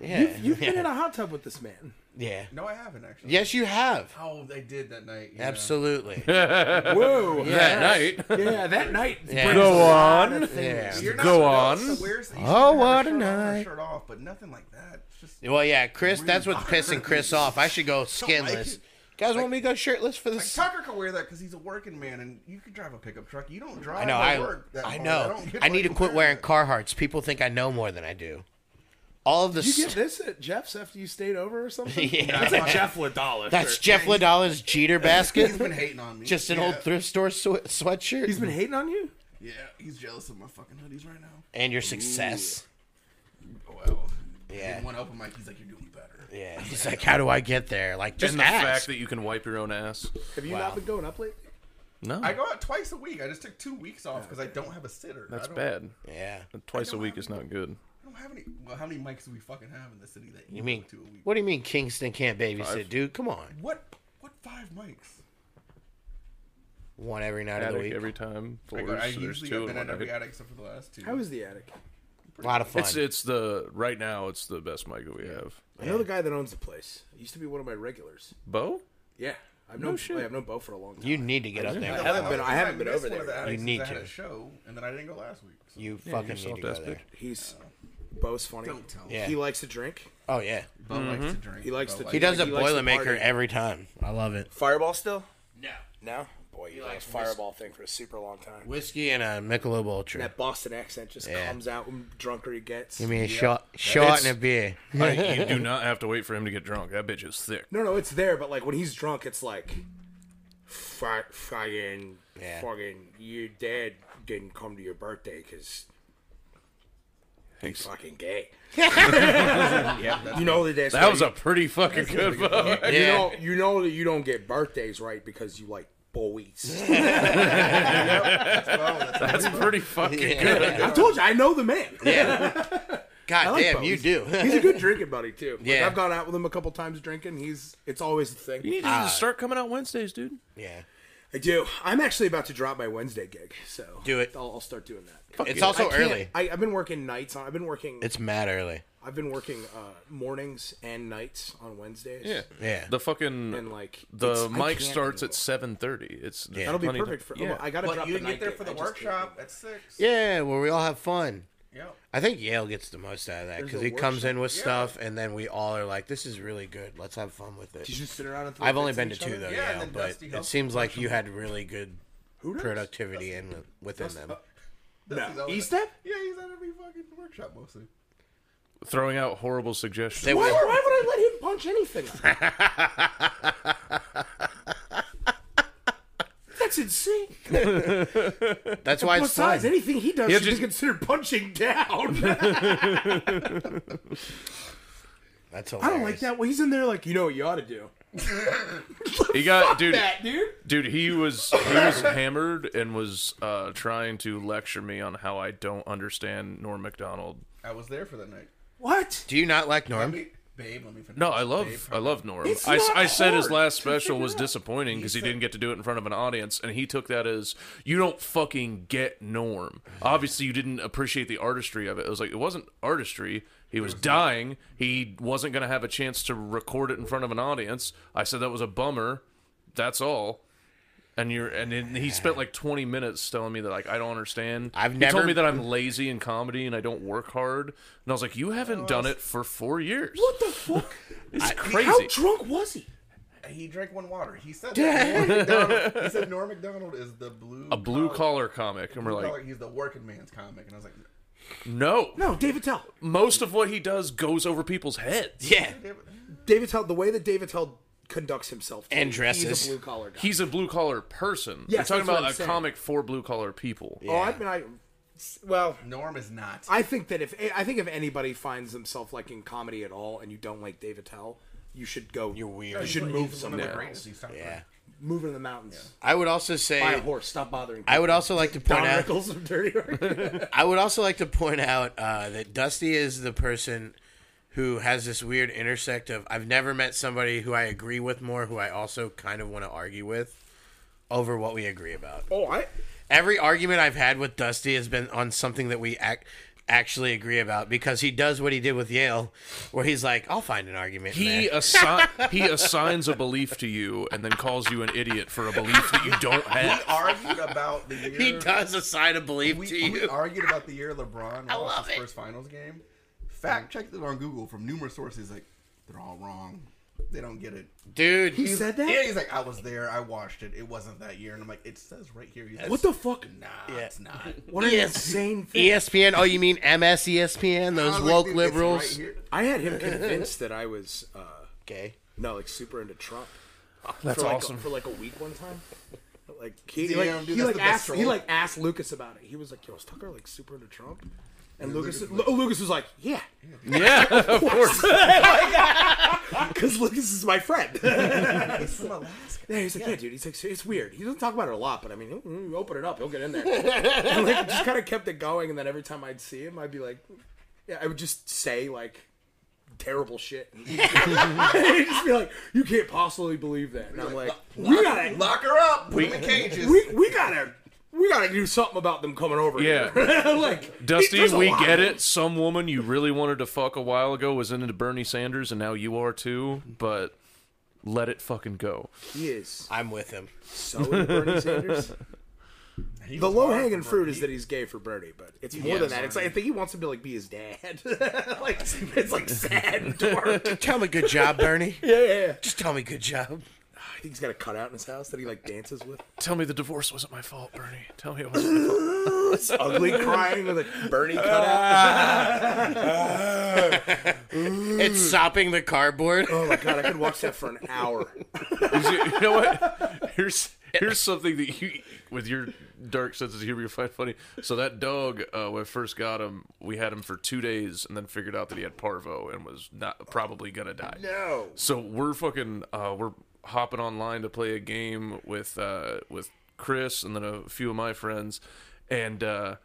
C: Yeah,
D: You've been in a hot tub with this man.
C: yeah.
E: no, I haven't actually.
C: Yes, you have.
E: How they did that night. yeah.
C: Absolutely.
D: Whoa.
A: That night,
D: Yeah, that night.
C: Yeah.
D: brings
A: Go
D: a lot of
A: on.
D: things.
C: Yeah.
E: You're not
A: Go
E: supposed
A: on.
E: to wear- so you
C: Oh,
E: should have
C: what a
E: shirt on or
C: night.
E: Shirt off, but nothing like that. It's just
C: Well, yeah, Chris. That's what's
E: Really?
C: pissing Chris off. I should go skinless.
E: it.
C: Guys, want me to go shirtless for
E: like
C: this?
E: Tucker can wear that because he's a working man, and you can drive a pickup truck. You don't drive.
C: I know.
E: or
C: I
E: work that
C: I
E: hard.
C: know.
E: don't get
C: I
E: why
C: need to
E: you
C: quit
E: wear
C: wearing
E: that.
C: Carhartts. People think I know more than I do. All of the
D: You get
C: st-
D: this at Jeff's after you stayed over or something?
C: Yeah.
D: That's a Jeff LaDolla.
C: that's
D: shirt.
C: Jeff Ladalla's Jeter
E: He's
C: basket.
E: been hating on me.
C: Just an
E: yeah.
C: old thrift store swe- sweatshirt.
D: He's been hating on you?
E: Yeah, he's jealous of my fucking hoodies right now.
C: and your success.
E: Well,
C: Yeah.
E: In one open mic, he's like, "You're doing better."
C: Yeah. He's like, how do I get there? Like, just
A: and the
C: ask.
A: fact that you can wipe your own ass.
D: Have you not been going up lately?
A: No,
E: I go out twice a week. I just took two weeks off because I don't have a sitter.
A: that's
E: I don't,
A: bad.
C: yeah.
A: Twice a
E: don't
A: week
E: have
A: is not good.
E: I don't have any. Well, how many mics do we fucking have in the city that you,
C: You mean
E: go to a week?
C: what do you mean Kingston can't babysit, dude? Come on,
E: What? What five mics?
C: one every night of the
A: Attic
C: week.
A: every time.
E: I,
A: Floors,
E: go, I
A: so there's
E: usually
A: two
E: have been
A: in
E: at
A: one
E: every
A: night.
E: attic except for the last two.
D: How is the attic?
C: A lot of fun.
A: It's it's the right now. It's the best mic that we have.
D: I know the guy that owns the place. He used to be one of my regulars.
A: Bo,
D: Yeah. I've known
A: shit.
D: I've known Bo for a long time.
C: you need to get up there.
E: No,
D: haven't been-
E: no,
D: I haven't been
E: missed
D: over
E: one of
D: there.
E: the attics
C: You need
E: since I had
C: to.
E: a show, and then I didn't go last week. So.
C: You fucking need to
A: soft
C: go
A: ass
C: there.
A: bitch.
D: He's Bo's funny.
E: Don't tell.
C: Yeah.
D: He likes to drink.
C: Oh yeah,
E: Bo likes to drink.
D: He likes
E: Bo
D: to-
E: likes
C: he does
D: Like,
C: a
D: he likes to
C: boilermaker
D: party.
C: every time. I love it.
D: Fireball still?
C: No
D: No. Boy, you like Fireball thing for a super long time.
C: whiskey and a Michelob Ultra.
D: That Boston accent just
C: Yeah.
D: comes out when drunker he gets.
C: Give me a shot, shot
A: It's-
C: and a beer.
A: Like, you do not have to wait for him to get drunk. That bitch is thick.
D: No, no, it's there, but like when he's drunk, it's like, "Fi- fucking,
C: Yeah.
D: fucking, your dad didn't come to your birthday because he's fucking gay. yeah, you know that that's
A: That
D: why
A: was
D: you,
A: a pretty fucking good Bo.
D: you
C: Yeah.
D: know you know that you don't get birthdays right because you like boys.
E: Oh, that's
A: That's pretty fucking good.
D: I told you, I know the man.
C: God
D: like
C: damn,
D: Bo.
C: you do.
D: He's a good drinking buddy too. Like,
C: Yeah.
D: I've gone out with him a couple times drinking. He's it's always a thing.
A: You need to
C: Ah.
A: just start coming out Wednesdays, dude.
C: yeah,
D: I do. I'm actually about to drop my Wednesday gig, so
C: Do it.
D: I'll, I'll start doing that.
C: it's
A: yeah.
C: also
D: I can't-
C: early.
D: I, I've been working nights. on- I've been working.
C: It's mad early.
D: I've been working uh, mornings and nights on Wednesdays.
A: Yeah,
C: Yeah.
A: The fucking
D: And like
A: the
D: it's- I
A: mic
D: can't
A: starts at
D: anymore.
A: seven thirty. It's yeah.
D: That'll be perfect for. oh
A: yeah.
D: I gotta
E: But
D: drop
E: you
D: the
E: get
D: night
E: there
D: gig.
E: for
D: I
E: the
D: just can't
E: workshop
D: do it.
E: at six.
C: Yeah, where we all have fun.
E: Yep.
C: I think Yale gets the most out of that because
D: a
C: he comes in with
E: Yeah.
C: stuff, and then we all are like, "This is really good. Let's have fun with it."
D: Did you sit around? And throw
C: I've only
D: fits
C: been
D: at
C: to
D: each
C: two
D: other?
C: though,
E: Yeah, and
C: yeah,
E: then
C: but
E: Dusty
C: it
E: helped
C: seems like you had really good
D: Who does?
C: productivity in within them.
E: That's
D: No.
E: his
D: East
E: own-
D: Step?
E: Yeah, he's at every fucking workshop mostly.
A: Throwing out horrible suggestions.
C: They
D: Why,
C: were-
D: why would I let him punch anything? That's insane.
C: That's why it's fun.
D: Besides, anything he does
A: He'll
D: should
A: just-
D: be considered punching down.
C: That's
D: I
C: hilarious.
D: don't like that. Well, he's in there like, you know what you ought to do.
A: He got dude.
D: That dude.
A: Dude, he was he was hammered and was uh, trying to lecture me on how I don't understand Norm Macdonald.
E: I was there for that night.
D: What?
C: Do you not like
E: Let
C: Norm?
E: me, babe, let me finish.
A: No, I love
E: Babe,
A: I love Norm.
D: It's
A: I,
D: not
A: I said his
D: hard
A: last
D: to
A: special
D: figure
A: was
D: out.
A: disappointing because he
E: He's a-
A: didn't get to do it in front of an audience, and he took that as you don't fucking get Norm. Obviously, you didn't appreciate the artistry of it. It was like it wasn't artistry. He was
C: Mm-hmm.
A: dying. He wasn't going to have a chance to record it in front of an audience. I said that was a bummer. That's all. And you're and then he spent like 20 minutes telling me that like I don't understand.
C: I've
A: he
C: never-
A: told me that I'm lazy in comedy and I don't work hard. And I was like, you haven't done it for four years.
D: What the fuck?
A: It's crazy.
D: How drunk was he?
E: He drank one water. He said that Norm McDonald, he said Norm McDonald is the blue
A: a blue collar comic, and we're
E: collar-
A: like,
E: he's the working man's comic, and I was like,
A: no.
D: No, David Tell.
A: Most of what he does goes over people's heads.
C: Yeah.
D: David Tell. The way that David Tell conducts himself
C: And
D: He's
C: dresses.
D: a blue collar guy.
A: He's a blue collar person.
D: Yes,
A: We're
D: that's
A: talking
D: what
A: about
D: I'm
A: a
D: saying.
A: comic for blue collar people.
D: Oh, I mean, I. Well,
E: Norm is not.
D: I think that if I think if anybody finds themselves like in comedy at all, and you don't like David Tell, you should go. You're
C: weird.
D: You should move somewhere. else.
E: Yeah.
C: Yeah.
D: Move in the mountains.
C: I would also
D: Buy a
C: say
D: horse. Stop bothering.
C: I would also like to
D: Don
C: point out
D: Rickles of Dirty Work.
C: I would also like to point out uh, that Dusty is the person who has this weird intersect of I've never met somebody who I agree with more who I also kind of want to argue with over what we agree about.
D: oh, I.
C: Every argument I've had with Dusty has been on something that we ac- actually agree about because he does what he did with Yale where he's like I'll find an argument. in
A: He
C: there."
A: assi- he assigns a belief to you and then calls you an idiot for a belief that you don't have.
E: Argued about the year.
C: he does assign a belief
E: we,
C: to
E: we
C: you.
E: argued about the year LeBron lost
C: love
E: his
C: it.
E: first finals game. Fact checked it on Google from numerous sources. Like they're all wrong. They don't get it.
C: Dude,
D: He said that.
E: Yeah, he's like, I was there. I watched it. It wasn't that year. And I'm like, it says right here. He's like,
D: What the fuck?
E: Nah, it's not.
D: What an
C: Yes.
D: insane thing.
C: ESPN, oh you mean MS ESPN,
E: I
C: those
E: was like,
C: woke
E: dude, it's
C: liberals.
E: right here.
D: I had him convinced that I was uh,
C: okay.
D: no like super into Trump.
A: That's
D: for like
A: awesome.
D: a, for like a week one time. Like he,
E: Damn,
D: like,
E: dude,
D: he,
E: that's
D: like
E: the best
D: asked, he
E: troll.
D: like asked Lucas about it. He was like, "Yo, is Tucker like super into Trump?" And Lucas,
E: Lucas
D: Lu- Lucas, was like, "Yeah,
A: yeah, of course.
D: because Lucas is my friend." yeah,
E: He's from Alaska.
D: he's like, yeah. dude." He's like, "It's weird." He doesn't talk about it a lot, but I mean, he'll- he'll- you open it up, he'll get in there. and like, just kind of kept it going, and then every time I'd see him, I'd be like, "Yeah," I would just say like terrible shit. And he'd just be like, "You can't possibly believe that," and I'm like, "We gotta
E: Lock her up. Put him in cages.
D: we we gotta we gotta do something about them coming over.
A: Yeah.
D: here. like
A: Dusty,
D: there's a
A: we
D: lot
A: get
D: of
A: it. Some woman you really wanted to fuck a while ago was into Bernie Sanders, and now you are too. But let it fucking go.
D: them. He is
C: I'm with him.
D: so into Bernie Sanders.
E: He
D: The
E: was
D: low
E: hard
D: hanging
E: for
D: fruit
E: me.
D: is that he's gay for Bernie, but it's more than that. It's like I think he wants him to like be his dad. like it's like sad dork. yeah,
C: Tell me good job, Bernie.
D: yeah, yeah.
C: Just tell me good job.
D: I think he's got a cutout in his house that he like dances with.
A: Tell me the divorce wasn't my fault, Bernie. Tell me it wasn't my fault.
D: Ugly crying with a Bernie cutout.
C: It's sopping the cardboard.
D: Oh my god, I could watch that for an hour.
A: you, you know what? Here's here's something that you, with your dark sense of humor, you find funny. So that dog, uh, when I first got him, we had him for two days, and then figured out that he had parvo and was not probably gonna die.
D: No.
A: So we're fucking uh, we're hopping online to play a game with uh, with Chris and then a few of my friends, and uh,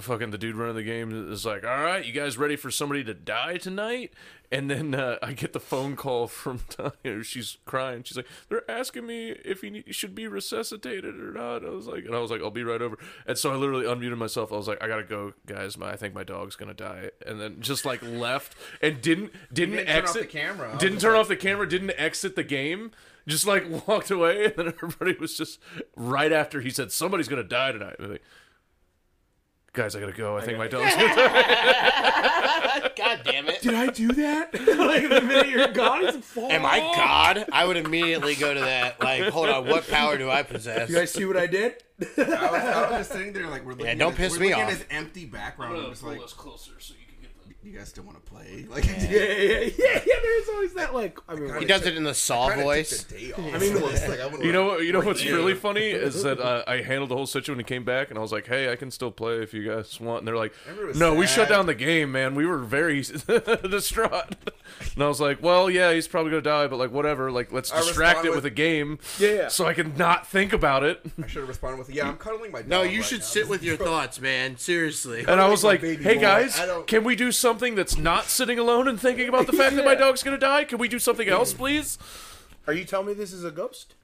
A: fucking the dude running the game is like, "All right, you guys ready for somebody to die tonight?" And then uh, I get the phone call from Tanya. She's crying. She's like, "They're asking me if he need, should be resuscitated or not." I was like, and I was like, "I'll be right over." And so I literally unmuted myself. I was like, "I gotta go, guys. My I think my dog's gonna die." And then just like left and didn't didn't,
E: didn't turn off
A: exit
E: the camera. I was
A: Didn't
E: just
A: turn off the camera. Didn't exit the game. Just like walked away. And then everybody was just right after he said, "Somebody's gonna die tonight." And they're like, Guys, I gotta go. I, think my dog's gonna die.
C: God damn it.
D: Did I do that? like the minute you're gone, it's fall.
C: Am I God? I would immediately go to that. Like, hold on, what power do I possess?
D: You guys see what I did?
E: I was, I was just sitting there like we're looking.
C: don't
E: at
C: piss
E: his,
C: me
E: we're looking
C: off.
E: At his empty background. I'm just like,
A: closer so you can get the.
E: you guys still want to play? Like, yeah.
D: Yeah, yeah, yeah, yeah. There's always that like. I mean,
C: He
D: like,
C: does it in the saw voice.
E: Day off.
D: I mean,
E: like, I wouldn't
A: You know, you know
E: like
A: what's really funny is that uh, I handled the whole situation and came back, and I was like, "Hey, I can still play if you guys want." And they're like,
E: Remember it was
A: "No, we shut
E: sad.
A: down the game, man. We were very distraught." And I was like, "Well, yeah, he's probably gonna die, but like, whatever. Like, let's
E: I
A: distract
E: respond
A: it with,
E: with-
A: a game,
D: Yeah, yeah.
A: so I can not think about it."
E: I should have responded with, "Yeah, I'm cuddling my dog."
C: No, you
E: right
C: should
E: now.
C: sit with your thoughts, man. Seriously.
A: And I was
E: my
A: like,
E: baby
A: "Hey
E: boy.
A: guys,
E: I don't-
A: can we do something that's not sitting alone and thinking about the fact that my
D: Yeah.
A: dog's gonna die? Can we do something else, please?"
D: Are you telling me this is a ghost?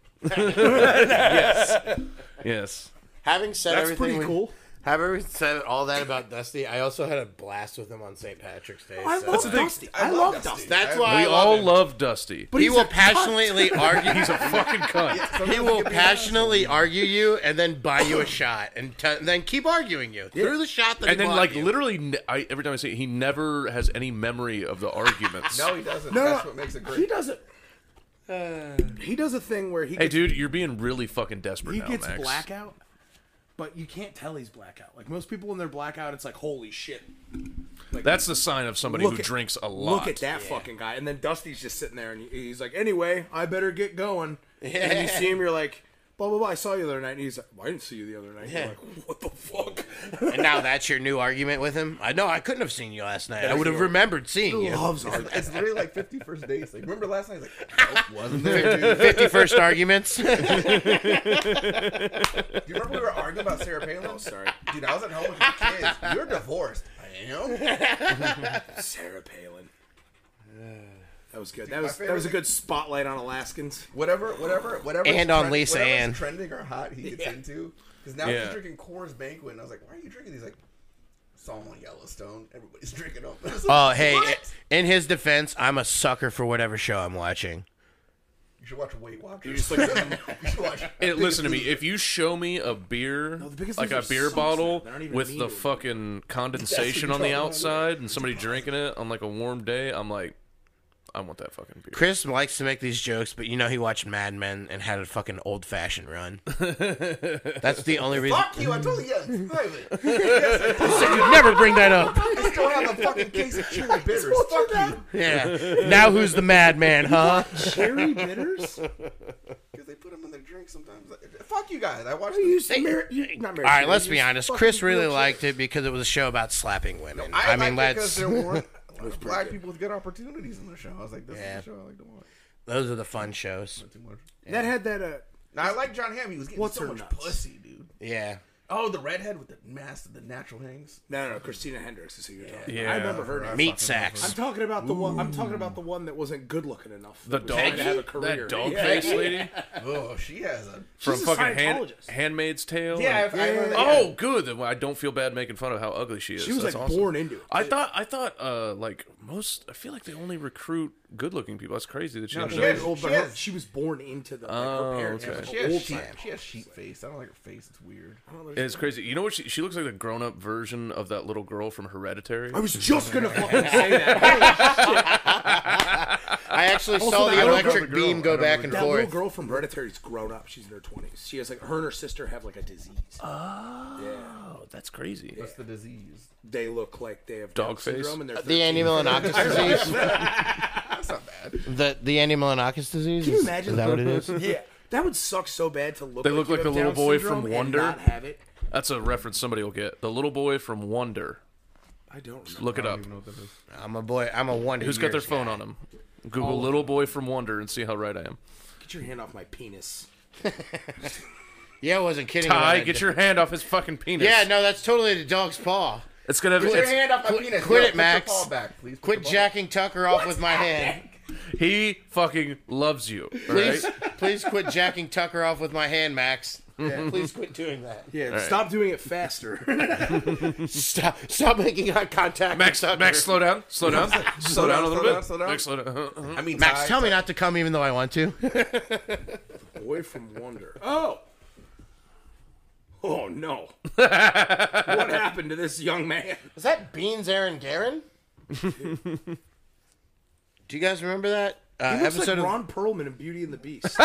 A: Yes.
C: Having said
D: That's
C: everything,
D: pretty
C: we-
D: cool.
C: Having said all that about Dusty, I also had a blast with him on St. Patrick's Day.
D: I
C: so-
D: love
A: the thing.
D: Dusty. I love
E: Dusty.
D: Dusty.
C: That's
E: I-
C: why
A: we
C: I love
A: all
C: him.
A: love Dusty.
D: But
C: He
D: he's
C: will
D: a cunt.
C: passionately argue.
A: He's a fucking cunt.
C: He will passionately argue you and then buy you a shot and t- then keep arguing you through the shot
A: and
C: that he
A: then
C: bought
A: like
C: you.
A: literally n I every time i see it he never has any memory of the arguments
E: No, he doesn't.
D: No,
E: That's
D: no,
E: what makes it
D: He
E: great.
D: does it. he does a thing where he
A: Uh, hey
D: gets,
A: dude you're being really fucking desperate
D: he
A: now
D: gets
A: max
D: blackout, but you can't tell he's blackout. Like most people when they're blackout, it's like holy shit.
A: that's the sign of somebody
D: Look
A: who
D: at-
A: drinks a lot
D: Look at that fucking guy. And then Dusty's just sitting there and he- he's like, anyway, I better get going. And you see him, you're like, blah, blah, blah. I saw you the other night. And he's like, well, I didn't see you the other night. You're like, what the fuck?
C: and now that's your new argument with him. I know I couldn't have seen you last night. I would have
E: your-
C: remembered seeing
D: He
C: you.
D: loves art.
E: It's literally like 50 first dates. Like, remember last night? He's like, nope, wasn't there, dude?
C: Fifty first arguments.
E: Do you remember we were arguing about Sarah Palin? Oh, sorry. Dude, I was at home with my kids. You're divorced. I am.
D: Sarah Palin. That was good. That was that
E: favorite
D: was a
E: thing-
D: good spotlight on Alaskans.
E: Whatever, whatever, whatever.
C: And on Lisa Ann.
E: trending or hot he gets into. Because now
A: Yeah.
E: he's drinking Coors Banquet. And I was like, why are you drinking these? Like, Saw on Yellowstone. Everybody's drinking them. I was like,
C: Oh, hey,
E: what?
C: in his defense, I'm a sucker for whatever show I'm watching.
E: You should watch Weight Watchers.
D: just like-
E: You should watch-
A: Hey, listen to me if you show me a beer
D: the Biggest
A: like a
D: Loser is
A: beer
D: so
A: bottle
D: sad. They don't even
A: with
D: mean
A: the
D: it.
A: fucking condensation on the outside and somebody drinking it on like a warm day i'm like i want that fucking beer
C: Chris likes to make these jokes, but you know he watched Mad Men and had a fucking old fashioned run. That's the only reason.
E: Fuck you! I told you yes. Right.
C: You'd never bring that up.
E: I still have a fucking case of cherry bitters. Fuck you!
C: Yeah. Now who's the madman, huh?
D: Cherry bitters?
E: Because they put them in their drink sometimes. Fuck you guys! I watched.
D: You
E: the-
D: used Mar- you- not
C: All
D: Mary
C: right,
D: Kay,
C: let's
D: you
C: be
D: used
C: honest.
D: fucking
C: Chris really
D: real
C: liked
D: chicks.
C: it because it was a show about slapping women.
E: I,
C: I, mean,
E: liked it
C: let's.
E: 'cause there weren't a lot of black people with good opportunities on the show. I was like, this
C: Yeah.
E: is the show I like to watch.
C: Those are the fun shows.
E: Too much.
D: That had that uh
E: Now I like John Hamm. He was getting
D: What's
E: so
D: her
E: much
D: nuts?
E: pussy, dude.
C: Yeah.
E: Oh, the redhead with the mask, the natural hangs.
D: no no no Christina Hendricks is who you're talking about.
A: Yeah.
D: I remember her name.
C: Meat sacks.
D: I'm talking about the one I'm talking about the one that wasn't good looking enough.
A: the
D: That was
A: dog
D: trying to have a
A: that
D: career.
A: dog
D: Yeah.
A: face lady
E: Oh, she has a.
A: from
D: She's a
A: fucking hand,
D: Scientologist.
A: handmaid's tale and-
E: I, I learned that-
A: Oh, good. Then I don't feel bad making fun of how ugly she is.
D: She was
A: That's
D: like
A: awesome.
D: born into it.
A: I thought I thought uh like most I feel like they only recruit good looking people. That's crazy that she ended
E: she
A: up-
E: has-
D: old, but
E: she
D: her-
E: has-
D: she was born into the like,
A: Oh,
D: her parents.
A: okay.
D: were
E: She has,
D: old
E: she,
D: people.
E: she has sheep face. I don't like her face. It's weird.
A: It's crazy. You know what she she looks like the grown up version of that little girl from Hereditary.
D: I was just gonna fucking say that.
C: I actually
D: Also,
C: saw
D: that
C: the
D: little
C: electric
A: girl-
C: beam
A: I
C: go
A: don't
C: back
A: really
C: and
D: That little
C: forth.
D: girl from Hereditary's grown up. She's in her twenties. She has like her and her sister have like a disease.
A: oh, that's crazy.
E: It's the disease.
D: They look like they have
A: Dog
D: Down
A: face?
D: syndrome and they're
C: The Andy Milonakis disease.
E: That's not bad.
C: The the Andy Milonakis disease.
D: Can you
C: is-
D: imagine
C: Is that what it is?
D: yeah, that would suck so bad to look.
A: They
D: like
A: look
D: you
A: like
D: have
A: the little
D: Down
A: boy
D: syndrome
A: from
D: and
A: Wonder.
D: Not have it.
A: That's a reference somebody will get. The little boy from Wonder.
D: I don't. Remember.
A: Look it up.
E: know what that is.
C: I'm a boy. I'm a wonder.
A: Who's got their
C: Years
A: phone
C: guy.
A: on him? Google little boy from Wonder and see how right I am.
D: Get your hand off my penis.
C: Yeah, I wasn't kidding. about
A: Ty,
C: that.
A: get your hand off his fucking penis.
C: Yeah, no, that's totally the dog's paw.
A: It's gonna.
E: Put your
A: It's,
E: hand off my
C: quit-
E: penis.
C: quit it,
E: No, put your
C: Max.
E: paw back, please. Put
C: Quit
E: your paw
C: jacking Tucker off with my hand.
A: he fucking loves you. all
C: Please,
A: right?
C: please quit jacking Tucker off with my hand, Max. Please quit doing that.
D: Yeah, stop doing it faster.
C: Stop, stop making eye contact. with
A: Max,
C: Tucker.
A: Max, slow down, slow down, slow down a
E: down,
A: little bit.
E: slow down, slow down.
A: Max, slow down.
E: I mean,
C: Max,
E: Ty-
C: tell me not to come, even though I want to.
D: boy from Wonder. Oh. Oh no. what happened to this young man?
C: Is that Beans Aaron Garin? Do you guys remember that uh,
D: He looks like
C: episode
D: Ron Perlman in Beauty and the Beast.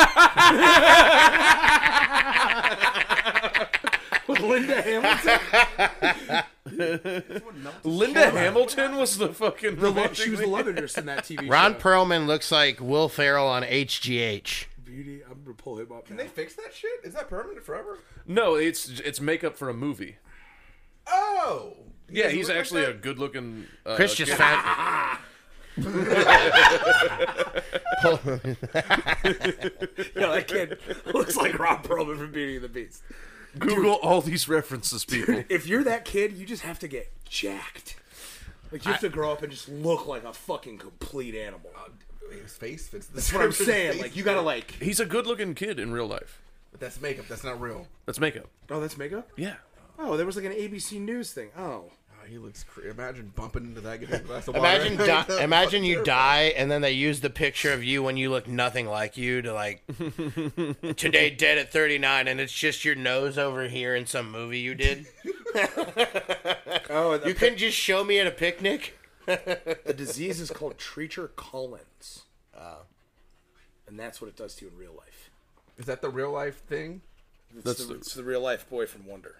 D: Linda Hamilton.
A: Linda Hamilton was the fucking
D: The love, she was the love interest in that TV
C: Ron
D: show.
C: Perlman looks like Will Ferrell on HGH.
D: Beauty. I'm gonna pull him up.
E: Can
D: now.
E: they fix that shit? Is that permanent forever?
A: No, it's it's makeup for a movie.
E: Oh. He
A: Yeah,
E: doesn't
A: he's
E: look like
A: actually
E: that?
A: a good-looking. Uh,
C: Chris just found.
D: No, that kid looks like Ron Perlman from Beauty and the Beast.
A: Google all these references, people.
D: If you're that kid, you just have to get jacked. Like you have to grow up and just look like a fucking complete animal.
E: His face fits.
D: That's what I'm saying. Like you gotta like.
A: He's a good-looking kid in real life.
E: But that's makeup. That's not real.
A: That's makeup.
D: Oh, that's makeup.
A: Yeah.
D: Oh, there was like an ABC News thing. Oh,
E: Oh, he looks. Cra- imagine bumping into that guy. Glass of water.
C: Imagine, di-
E: That's
C: imagine you
E: terrible.
C: die, and then they use the picture of you when you look nothing like you to like today dead at 39, and it's just your nose over here in some movie you did.
D: oh, the,
C: You couldn't just show me at a picnic.
D: the disease is called Treacher Collins. Uh, and that's what it does to you in real life.
E: Is that the real life thing?
D: It's,
A: That's
D: the,
A: the-
D: it's the real life boy from Wonder.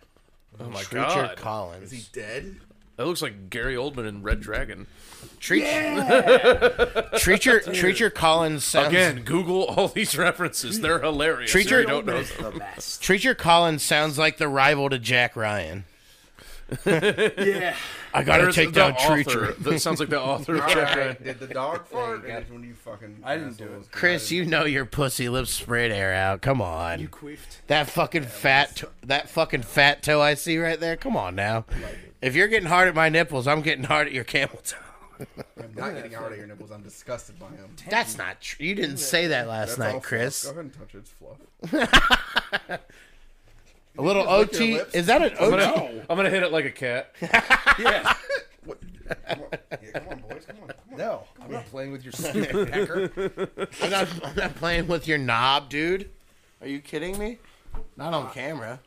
A: Oh my
C: Treacher
A: god.
C: Collins.
E: Is he dead?
A: that looks like Gary Oldman in Red Dragon.
C: Treat- Treacher, Treacher Collins sounds.
A: Again, Google all these references. They're hilarious. if
C: Treacher-
A: you don't know. them.
D: the best.
C: Treacher Collins sounds like the rival to Jack Ryan.
D: yeah.
C: I gotta
A: There's
C: take
A: the
C: down
A: author.
C: Treacher.
A: That sounds like the author of
E: All
A: Jack
E: right.
A: Ryan.
E: Did the dog fart? That's when you fucking.
D: I didn't do
E: assholes
D: it.
E: got
C: Chris, you know your pussy lips sprayed air out. Come on.
D: You queefed.
C: That fucking fat, to- that fucking fat toe I see right there. Come on now. If you're getting hard at my nipples, I'm getting hard at your camel toe.
E: I'm not getting out of your nipples. I'm disgusted by him.
C: That's not true. You didn't say that last
E: That's
C: night,
E: all fluff. Go
C: Chris.
E: ahead and touch it. It's fluff.
C: A little
E: lick your
C: OT.
E: lips?
C: Is that an
A: I'm
C: OT?
A: gonna, I'm gonna hit it like a cat.
D: Yeah.
E: What? Come on, yeah, come on boys. Come on. Come on.
D: No, I'm not playing with your stupid pecker.
C: I'm not, I'm not playing with your knob, dude. Are you kidding me? Not
D: Uh,
C: on camera.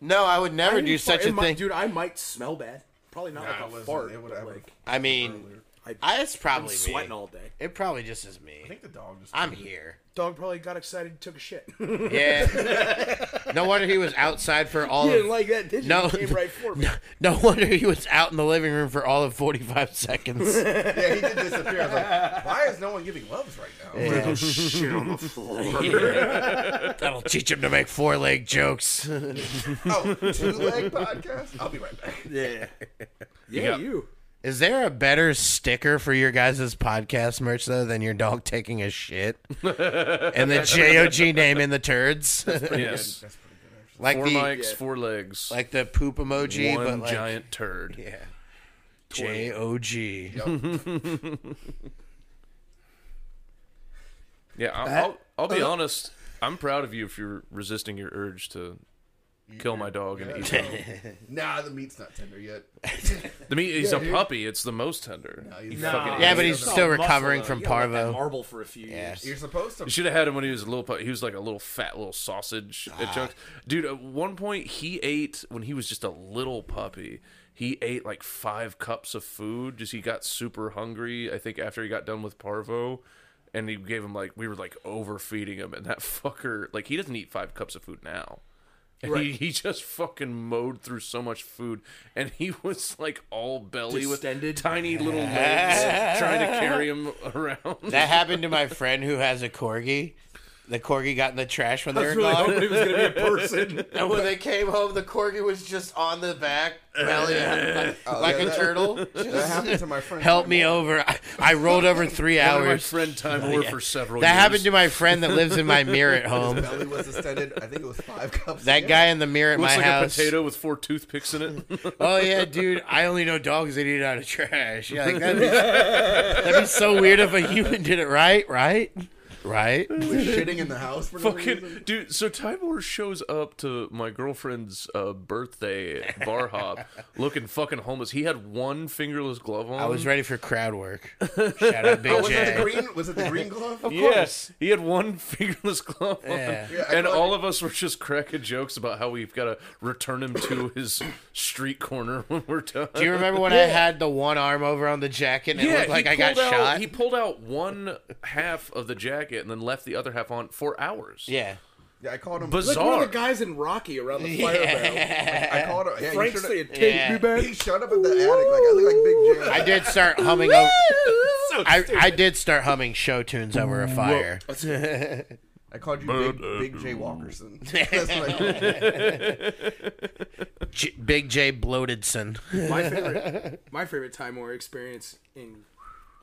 C: No, I would never do such
D: It
C: a
D: might-
C: thing.
D: Dude, I might smell bad. Probably not
E: it
D: like a
E: wasn't.
D: fart.
E: It
D: but
E: would've-
D: like
C: I mean,
D: I,
C: I, it's
D: am
C: probably
D: sweating
C: me.
D: all day.
C: It probably just is
E: I
C: me.
E: think the dog just.
C: I'm here.
D: Dog probably got excited and took a shit. you
C: Yeah. no wonder he was outside for all
D: didn't
C: of
D: like that, did you?
C: No.
D: You came right for me.
C: No wonder he was out in the living room for all of 45 seconds.
E: Yeah, he did disappear. I was like, why is no one giving loves right now?
C: Yeah.
D: shit on the floor.
C: That'll teach him to make four leg jokes.
E: Oh, two leg podcast. I'll be right back.
D: Yeah. Yeah,
A: got-
D: you.
C: Is there a better sticker for your guys' podcast merch, though, than your dog taking a shit? and the JOG name in the turds?
A: Yes.
E: That's pretty good. Actually.
C: like,
A: Four
C: the,
A: mics, four legs,
C: like the poop emoji,
A: one
C: but like.
A: giant turd.
C: Yeah. JOG.
A: Yeah, I'll, I'll, I'll be honest. I'm proud of you if you're resisting your urge to kill my dog and eat him.
E: Nah, the meat's not tender yet.
A: The meat, he's a puppy. It's the most tender.
E: he's
A: You
E: not.
A: fucking
C: Yeah,
A: idiot.
C: but he's
D: It's all
C: still
D: muscle,
C: recovering
D: though.
C: from
D: You gotta let that
C: parvo.
D: Marble for a few years.
E: You're supposed to.
A: You should have had him when he was a little puppy. He was like a little fat little sausage at Chuck's. Dude, at one point he ate when he was just a little puppy. He ate like five cups of food. Just he got super hungry. I think after he got done with parvo, and he gave him like we were like overfeeding him, and that fucker like he doesn't eat five cups of food now. And he, he just fucking mowed through so much food, and he was like all belly
D: Distended?
A: with tiny little legs, trying to carry him around.
C: That happened to my friend who has a corgi. The corgi got in the trash when they
D: I was
C: were
D: really
C: gone.
D: hoping it was gonna be a person.
C: And when they came home, the corgi was just on the back, belly out, like, like
E: yeah,
C: a
E: that-
C: turtle.
E: That happened to my friend.
C: Help me over. I, I rolled over three
A: That my
C: hours.
A: friend time over for several.
C: Oh, That
A: years.
C: happened to my friend that lives in my mirror at home.
E: Belly was extended. I think it was five cups.
C: That guy in the mirror at
A: Looks
C: my
A: like
C: house.
A: a potato with four toothpicks in it.
C: Oh yeah, dude. I only know dogs that eat out of trash. Yeah, like, that'd, be, that'd be so weird if a human did it. Right, right, right.
E: was shitting in the house for no reason.
A: Fucking dude. So Tybor shows up to my girlfriend's uh, birthday bar hop, looking fucking homeless. He had one fingerless glove on.
C: I was ready for crowd work. Shout out Big
E: Was it the
C: J.
E: green? Was it the green glove?
A: Yes, he had one fingerless glove on,
C: Yeah.
E: Yeah, I
A: and
E: thought-
A: all of us were just cracking jokes about how we've got to return him to his street corner when we're done.
C: Do you remember when I had the one arm over on the jacket and it looked like
A: he
C: I got
A: pulled out-
C: shot?
A: He pulled out one half of the jacket and then left the other half on for hours.
C: Yeah.
E: Yeah, I called him.
D: Like one of
A: bizarre.
D: the guys in Rocky around the fire barrel.
E: I called him. Yeah, he
D: Frank
E: should've-
D: saying, "Take
C: Yeah.
D: me back."
E: He showed up in the attic like I look like Big Jim.
C: I did start humming. Over, I, I did start humming show tunes over a fire.
E: I called you Big, Big J Walkerson. That's what I called you.
C: J- Big J Bloatedson.
D: my favorite my favorite time war experience in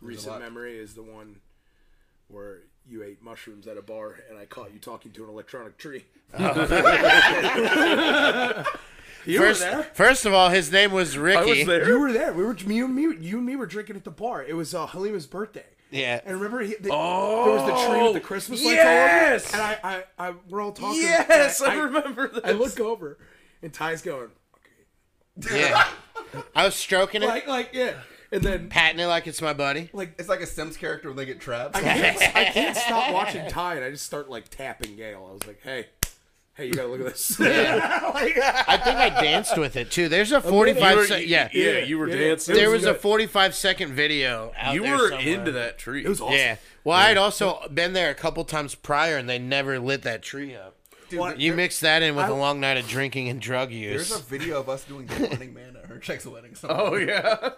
D: recent
E: lot.
D: memory is the one where you ate mushrooms at a bar and I caught you talking to an electronic tree. you
C: First,
D: were there.
C: first of all, his name was Ricky.
A: I was there.
D: You were there. We were me and me, you and me were drinking at the bar. It was uh, Halima's birthday.
C: Yeah.
D: And remember, he, the, there was the tree with the Christmas lights
A: yes!
D: all over it. And I, I, I, we're all talking.
A: Yes,
D: and
A: I, remember that.
D: I look over, and Ty's going
C: Yeah. I was stroking it,
D: like, like, yeah. And then
C: patting it like it's my buddy.
D: like
E: It's like a Sims character when they get trapped.
D: I can't stop watching Ty, and I just start like tapping Yale. I was like, hey, hey, you gotta look at this. uh,
C: I think I danced with it too. There's a 45
A: You were-
C: second. Yeah.
A: yeah, you were
D: Yeah.
A: dancing.
D: It
C: There
D: was
C: was a
D: good.
C: 45 second video out
A: you
C: there
A: were
C: somewhere.
A: into that tree.
D: it was awesome.
C: Yeah. Well, I'd also been there a couple times prior, and they never lit that tree up.
E: Dude,
C: You
E: there-
C: mix that in with a long night of drinking and drug use.
E: there's a video of us doing the running man at her chick's wedding. somewhere.
A: Oh yeah,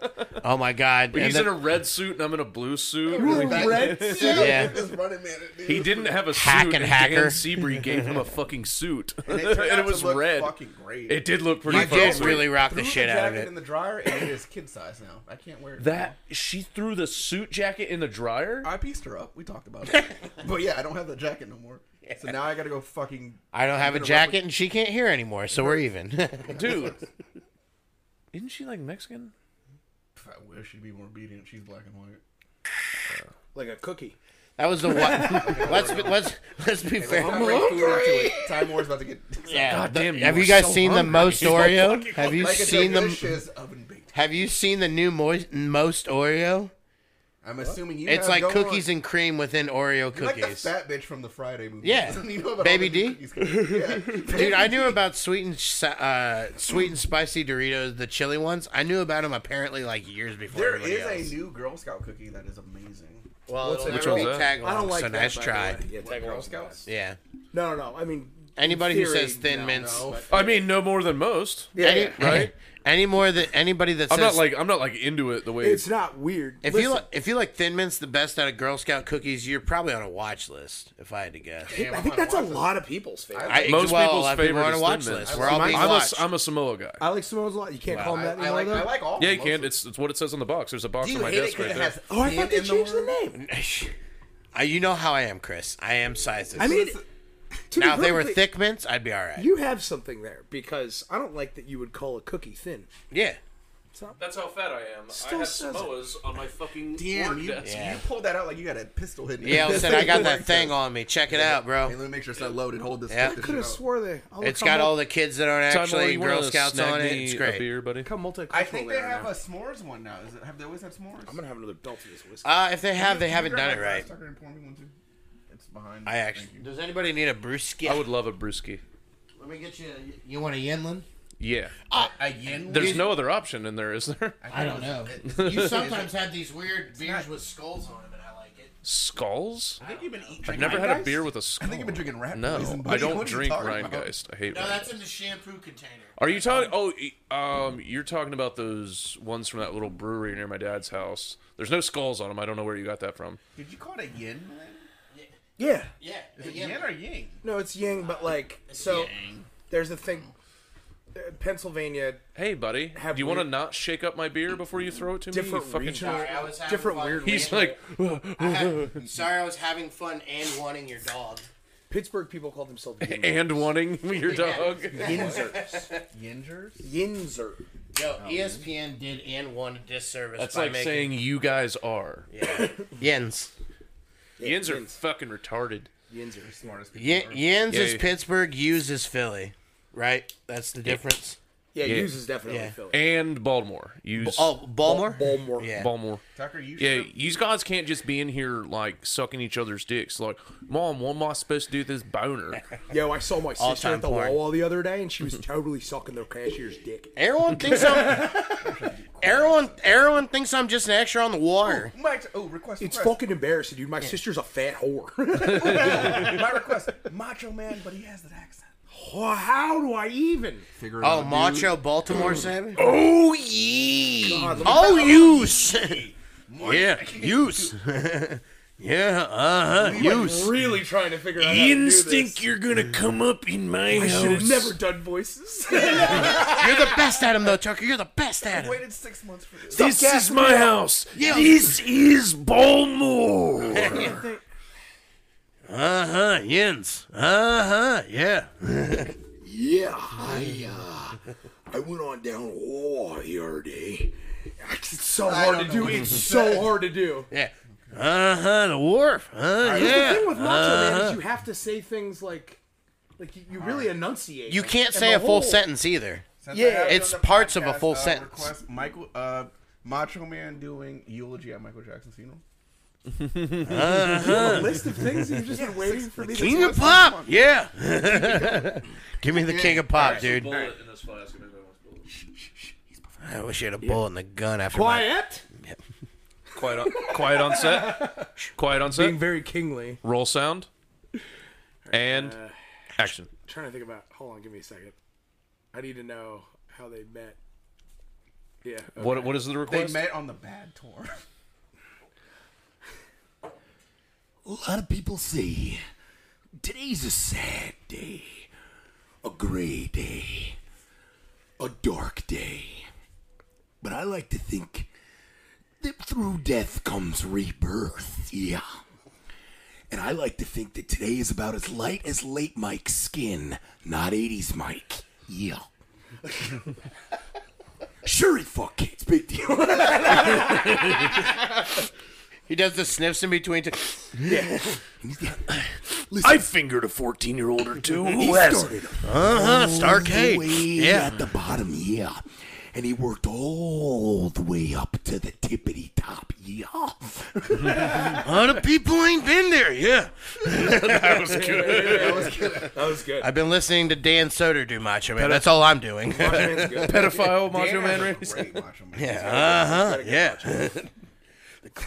C: oh my god! And
A: he's
C: then-
A: in a red suit and I'm in a blue suit.
E: Back-
D: Red suit.
C: Yeah.
E: This running man. dude.
A: He didn't have a suit.
C: Hack and
A: and
C: hacker.
A: Dan Seabree gave him a fucking suit, and
E: And
A: it,
E: it, turned out
A: was
E: to look
A: red.
E: Fucking great.
A: It did look pretty.
C: You
A: fucking
C: did
A: sweet.
C: really rock the
E: Threw
C: shit out of
E: jacket
C: it.
E: In the dryer, and it is kid size now. I can't wear it.
A: That she threw the suit jacket in the dryer.
E: I pieced her up. We talked about it. but yeah, I don't have the jacket no more. So now I gotta go fucking.
C: I don't have a
E: gonna
C: jacket, and she can't hear anymore, so we're even.
A: Dude, isn't she like Mexican?
E: I wish she'd be more obedient. She's black and white.
D: Like a cookie.
C: that was the one. let's be, let's let's be fair.
E: I'm ready food into it. Time War's about to get.
C: Yeah,
A: God
C: the-
A: damn, you
C: have you
A: were
C: guys
A: so
C: seen the
A: hungry.
C: most Oreo? Have you
E: Like I
C: seen
E: said,
C: the
E: this is oven baked.
C: Have you seen the new moi- most Oreo?
E: I'm assuming you.
C: It's
E: have
C: like
E: going
C: cookies
E: on.
C: and cream within Oreo
E: You're Like the
C: cookies.
E: fat bitch from the Friday movie.
C: Yeah.
E: you know about
C: Baby
E: all the
C: D?
E: cookies. Yeah.
C: Dude, I knew about sweet and sa- uh, sweet and spicy Doritos, the chili ones. I knew about them apparently like years before.
E: There
C: everybody
E: is
C: else.
E: a new Girl Scout cookie that is amazing.
C: Well,
D: What's
C: it'll
D: it
C: never
A: called?
C: be
A: Which one's
C: tag
D: I don't
C: along,
D: like
C: Oh, so
D: that.
C: nice
D: by the
C: try.
D: way. Yeah, tag
E: Girl
D: along.
E: Scouts?
C: Yeah.
D: No, no, no. I mean,
C: Anybody
D: in
C: who
D: theory,
C: says Thin
D: no.
C: Mints,
E: No.
A: I mean, no more than most.
D: Yeah,
C: any,
D: yeah.
A: right?
C: Any more than anybody that says
A: I'm not like I'm not like into it the way
D: It's not weird.
C: if
D: Listen,
C: you li- if you like Thin Mints the best out of Girl Scout cookies, you're probably on a watch list. If I had to guess,
E: Damn,
D: I
E: I'm
D: think
E: gonna
D: that's a
E: watch this.
D: lot of people's favorite. I,
C: I,
A: most
C: well,
A: people's
C: a lot of people
A: favorite
C: are
A: is
C: on a
A: Thin
C: watch
A: Mints.
C: list. We're all
D: I'm
C: being
A: I'm a,
C: watched.
A: I'm a Samoa guy.
D: like Samoa's a lot. You can't call him
E: I,
D: that
E: I
D: anymore,
E: like.
D: though.
E: I like all.
A: yeah, you
E: mostly.
A: can. It's it's what it says on the box. There's a box
E: Do
A: on
E: you
A: my
E: hate it
A: desk
E: 'cause
A: right
E: it
A: there.
E: has?
D: oh, I
E: thin
D: thought they
E: in
D: changed the
E: word?
C: Mm-hmm.
D: name.
C: Uh, you know how I am, Chris. I am sizes.
D: I mean, to be
C: now if they were
D: perfectly-
C: thick mints, I'd be all right.
D: You have something there because I don't like that you would call a cookie thin.
C: yeah.
A: That's how fat I am.
D: Still have says it.
A: on my fucking
E: Damn, you,
C: Yeah.
E: you pulled that out like you got a pistol hidden.
C: Yeah, I said I got that thing on me. Check it out,
E: Hey,
C: bro.
E: let me make sure it's not loaded. Hold this.
C: Yeah.
E: take this
D: Could have
E: shit out.
D: swore they. I'll
C: It's
D: look
C: got
D: how
C: all the kids that aren't actually Girl Scouts on it. It's
A: A
C: great.
A: beer, buddy.
D: How multicultural
E: I think
D: they
E: they
D: are
E: have
D: now.
E: a s'mores one now. Is it, have they always had s'mores?
D: I'm gonna have another belt of this whiskey.
C: Uh, if they have, they haven't
E: Can you
C: done
E: grab
C: it
E: my
C: right.
E: glass, Tucker, and pour me one, too? It's behind.
C: I
E: Thank
C: actually.
E: you.
C: Does anybody need a brewski?
A: I would love a brewski.
C: Let me get you. You want a Yinlin?
A: Yeah.
C: Uh,
E: A yen.
A: There's no other option in there, is there?
C: I don't know. You sometimes have these weird beers with skulls on them, and I like it.
A: Skulls?
E: I think you've been eating.
A: I've never had a beer with a skull.
E: I think you've been drinking rat
A: No,
E: poison,
A: I
E: buddy.
A: don't
E: What are you
A: drink
E: talking
A: Rheingeist. I hate
C: No,
A: Rheingeist.
C: that's in the shampoo container.
A: Are you talking? Oh, e- um, you're talking about those ones from that little brewery near my dad's house. There's no skulls on them. I don't know where you got that from.
E: Did you call it a yen? man?
D: yeah.
C: Yeah.
E: Is it yen or yang?
D: No, it's Yang, but like so. There's a thing. uh, Pennsylvania,
A: Hey, buddy,
D: Have
A: do you want to
D: we-
A: not shake up my beer before you throw it to me? You
D: Different
A: fucking
D: regional-
A: jerk.
C: I was having
D: Different
C: fun
D: weird-
A: He's like,
C: sorry, I was having fun and wanting your dog.
D: Pittsburgh people call themselves Yinzer.
A: and wanting your dog.
E: Yingers?
D: Yinzer.
C: Yo, E ESPN did and won a disservice.
A: That's
C: by
A: like
C: making,
A: saying you guys are.
C: Yens.
A: Yins are fucking retarded.
D: Yinzer.
E: Smartest people.
C: Y- Yens
A: Yeah,
C: is
A: yeah.
C: Pittsburgh. U's is Philly. Right. That's the difference.
D: Yeah,
A: Yeah.
D: Hughes is definitely
C: Yeah.
D: Philly.
A: And Baltimore. Use
C: Oh, Baltimore.
D: Baltimore.
C: Yeah.
A: Baltimore.
E: Tucker, you
A: Yeah,
E: should
A: you guys can't just be in here like sucking each other's dicks. Like, mom, what am I supposed to do with this boner?
D: Yo, I saw my sister
C: All-time
D: at the
C: porn.
D: Wawa the other day, and she was totally sucking their cashier's dick.
C: Everyone thinks I'm. Everyone, everyone thinks I'm just an extra on the water.
E: My ex- oh, request.
D: It's
E: request.
D: fucking embarrassing, dude. My sister's a fat whore.
E: My request. Macho Man, but he has that accent.
D: Well, how do I even?
B: Figure it
C: Oh,
B: out,
C: macho Baltimore savage.
D: Oh yeah.
C: Oh, use. yeah, use. yeah, uh huh, use.
D: really trying to figure out
C: you're gonna come up in my
D: I should have never done voices.
C: You're the best at him, though, Tucker. You're the best at him.
E: Waited six months for this.
A: This is my house.
C: Yeah.
A: This is Balmore.
C: Uh huh, Yins. Uh huh, yeah.
D: yeah, I uh, I went on down a wall the other day. It's so hard to
E: don't
D: do.
E: know what
D: It's so hard to do.
C: Yeah. Uh huh, the wharf. Uh, yeah.
D: The thing with Macho
C: Uh-huh.
D: Man is you have to say things like, like you, you really enunciate.
C: You
D: like,
C: can't
D: and
C: say
D: the
C: a full
D: whole-
C: sentence either.
E: Since I
D: Yeah,
E: have done
C: it's
E: the
C: parts of a full
E: uh,
C: sentence.
E: Request Michael, uh, Macho Man doing eulogy at Michael Jackson's funeral.
D: A list of things that you've just been waiting for me. to
C: King of
D: say.
C: Pop, yeah. Give me the King of Pop, dude.
A: Bullet in this flask. if anybody wants bullet.
C: I wish I had a bullet and a gun after my.
D: Quiet.
A: Quiet on, quiet on set. Quiet on set.
D: Being very kingly.
A: Roll sound. And action.
D: trying to think about. Hold on, give me a second. I need to know how they met. Yeah. okay.
A: What what is the
E: They
A: request?
E: met on the bad tour.
B: dude. A lot of people say today's a sad day, a gray day, a dark day. But I like to think that through death comes rebirth. Yeah. And I like to think that today is about as light as late Mike's skin, not 80s Mike. Yeah. sure, it fuck kids, big deal.
C: He does the sniffs in between. T-
B: Listen,
A: fingered a fourteen year old or two.
B: he started
C: uh huh,
B: way
C: Starcade. Yeah.
B: at the bottom, yeah. And he worked all the way up to the tippity top, yeah.
C: A lot of Uh, people ain't been there, yeah.
D: that, was good. that was good.
C: I've been listening to Dan Soder do Macho Man. That's all I'm doing.
D: Macho Man's good.
A: Pedophile Macho
E: Dan
A: Man
E: has a
A: Randy.
E: great Macho Man.
C: Uh huh, yeah.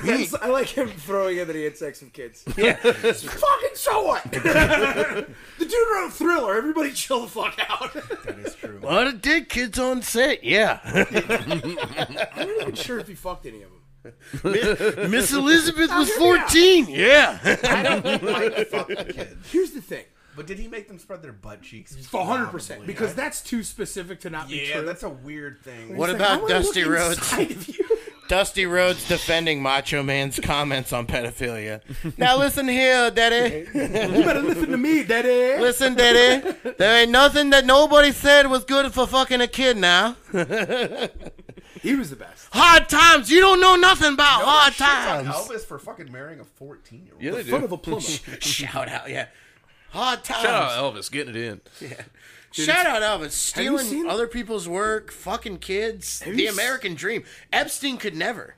D: That's- I like him throwing in that he had sex with kids.
C: Yeah.
D: Fucking so what? the dude wrote Thriller. Everybody chill the fuck out.
E: That is true.
C: A lot of dick kids on set, yeah.
D: I'm not even sure if he fucked any of them.
C: Miss Elizabeth was 14, yeah.
E: Fuck the kids.
D: Here's the thing.
E: But did he make them spread their butt cheeks?
D: hundred percent,
E: Probably.
D: because that's too specific to not be
E: yeah,
D: true.
E: that's a weird thing.
C: What
D: It's like, I
C: about
D: wanna look
C: Dusty Rhodes?
D: inside of you.
C: Dusty Rhodes defending Macho Man's comments on pedophilia. Now listen here, Daddy.
D: You better listen to me, daddy.
C: Listen, Daddy. There ain't nothing that nobody said was good for fucking a kid now.
D: He was the best.
C: Hard times. You don't know nothing about hard
E: Shit's on
C: times.
E: Elvis for fucking marrying a 14 year old.
A: Yeah, they
D: Foot
A: do.
D: of a plumber.
C: Shout out, yeah. Hard times.
A: Shout out Elvis, getting it in.
C: Shout out Elvis.
D: you
C: Stealing
D: seen-
C: other people's work, fucking kids.
D: you
C: The
D: s- Oh,
C: American dream. Epstein could never.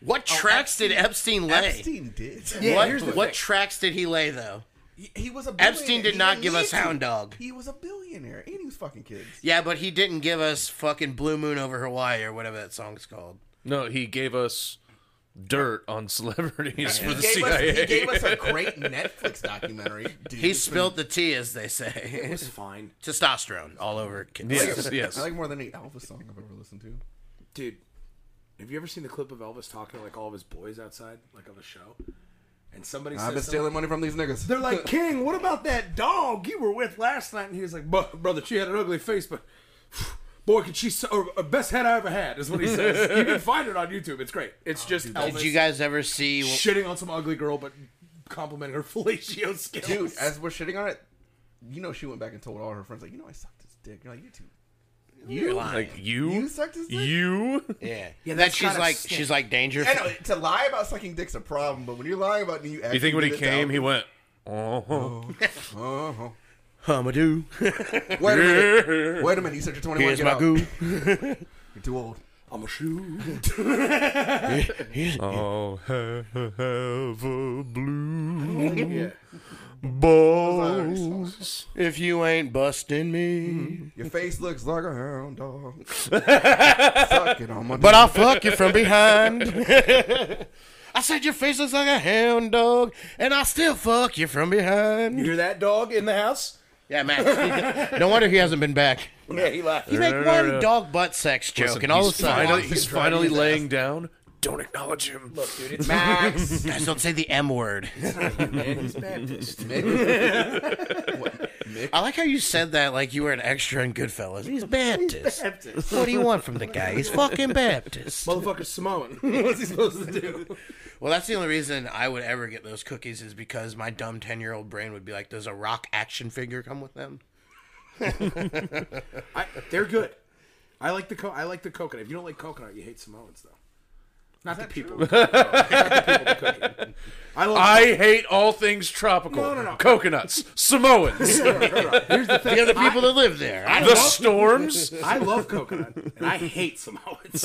C: What tracks did Epstein lay?
E: Epstein did.
D: Yeah,
C: what
D: here's the
C: what
D: thing.
C: tracks did he lay though?
E: He, he was a billionaire.
C: Epstein did
E: He
C: not
E: didn't
C: give us
E: need to.
C: hound dog.
E: He was a billionaire, and he was fucking kids.
C: Yeah, but he didn't give us fucking Blue Moon over Hawaii or whatever that song's called.
A: No, he gave us dirt on celebrities for the
E: He gave, us,
A: CIA.
E: he gave us a great Netflix documentary. Dude,
C: He
E: It's been-
C: spilled the tea, as they say.
D: It's fine,
C: Testosterone all over kids.
A: yes, yes.
E: I like more than any Elvis song I've ever listened to.
D: dude. Have you ever seen the clip of Elvis talking to like all of his boys outside, like of a show? And somebody says something-
E: money from these niggas.
D: They're like, King, what about that dog you were with last night? And he was like, "Bu- brother, she had an ugly face, but boy, could she, s- or, or best head I ever had, is what he says. you can find it on YouTube. It's great. Oh, It's just
C: Did
D: Elvis
C: you guys ever see?
D: shitting on some ugly girl, but complimenting her fellatio skills.
E: dude, as we're shitting on it, you know she went back and told all her friends, like, you know, I sucked his dick. You're like, you too.
C: You're lying.
A: Like you,
E: You sucked his dick?
A: You,
C: yeah,
D: Yeah,
C: That
D: that's
C: she's
D: kinda
C: like
D: sick.
C: she's like danger.
E: I know to lie about sucking dick's a problem, but when you're lying about it and you, actually
A: you think when he
E: did it to
A: came, he
E: Elvis-
A: went, oh,
C: Humadoo.
E: Uh-huh. wait a minute, wait a minute. You said you're 21.
C: Here's
E: get
C: my
E: out.
C: goo.
E: You're too old.
D: I'm a shoe.
A: oh, have a blue
D: yeah.
A: Balls.
C: If you ain't busting
D: Mm-hmm.
C: me,
E: Your face looks like a hound dog. Suck it on my
C: but I'll fuck you from behind. I said your face looks like a hound dog, and I'll still fuck you from
D: You
C: behind.
D: hear that dog in the house?
C: Yeah, Max. no wonder he hasn't been back.
D: Yeah, he left.
C: You make one dog butt sex joke, and all of a
A: he's
C: sudden,
A: finally, he's finally laying down. Don't acknowledge him. Look, dude, it's
E: Max.
C: guys don't say the M word. I like how you said that like you were an extra in Goodfellas. He's Baptist. What do you want from the guy? He's fucking Baptist.
D: Motherfucker's Samoan. What's he supposed to do?
C: Well, that's the only reason I would ever get those cookies is because my dumb 10 year old brain would be like, does a rock action figure come with them?
D: I, they're good. I like the co- I like the coconut. If you don't like coconut, you hate Samoans though. Not the people. No, not the people. that cook it. I love.
A: I hate all things tropical.
D: No, no, no.
A: Coconuts, Samoans,
D: No, no, no, no. Here's the thing.
C: The other people that live there. I
A: the storms.
D: I love coconut, and I hate Samoans.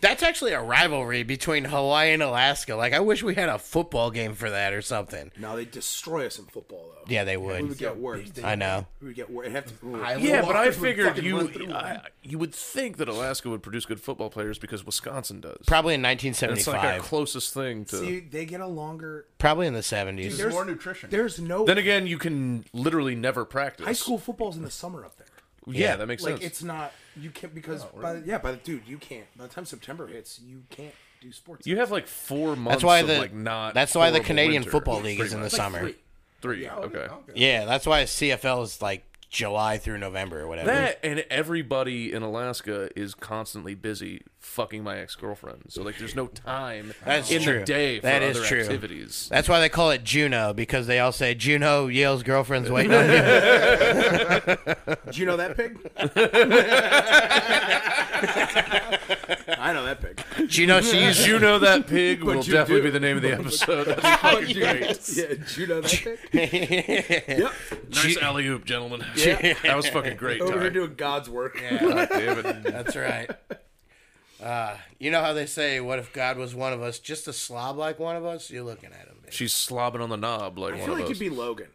C: That's actually a rivalry between Hawaii and Alaska. Like, I wish we had a football game for that or something.
D: no, they destroy us in football though.
C: Yeah, they
D: we would
C: would.
D: get worked.
C: I know.
D: We would get worked. Have to,
A: Yeah, but I
E: Walkers would
A: figured
E: fucking
A: you
E: run through
A: I, you would think that Alaska would produce good football players because Wisconsin does.
C: Probably in
A: It's like our
C: 1975.
A: closest thing to.
D: See, they get a longer.
C: Probably in the 70s.
E: There's more nutrition.
D: There's no
A: then again, you can literally never practice.
D: high school football's in the summer up there.
A: Yeah, that makes
D: Like
A: sense. Oh,
D: it's not you can't because by the, yeah by the dude you can't by the time September hits you can't do sports.
A: you have like four months.
C: That's why
A: of,
C: the
A: like not.
C: That's why the
A: horrible
C: Canadian
A: winter,
C: Football League is in the
A: pretty much.
C: summer.
D: Three.
A: Three. okay.
C: Yeah, that's why CFL is like July through November or whatever.
A: That and everybody in Alaska is constantly busy fucking my ex girlfriend. So like, there's no time
C: That's
A: in
C: true.
A: the day for
C: That is
A: other
C: true.
A: activities.
C: that's why they call it Juno because they all say Juno Yale's girlfriend's waiting on you.
D: Do you know that pig? I know that pig.
C: Juno, she used
A: You know that pig will
D: you
A: definitely
D: do. Oh,
A: be the name of the episode.
C: Yes.
D: Yeah, do you know that pig? yep.
A: nice alley oop, gentlemen.
D: Yeah.
A: That was fucking great.
D: Over here
A: Ty.
D: doing God's work.
A: God damn it.
C: That's right. Uh, you know how they say, "What if God was one of us, just a slob like one of us?" You're looking at him.
A: She's slobbing on the knob like
D: I
A: one
D: feel like
A: of
D: you'd
A: us.
D: be Logan.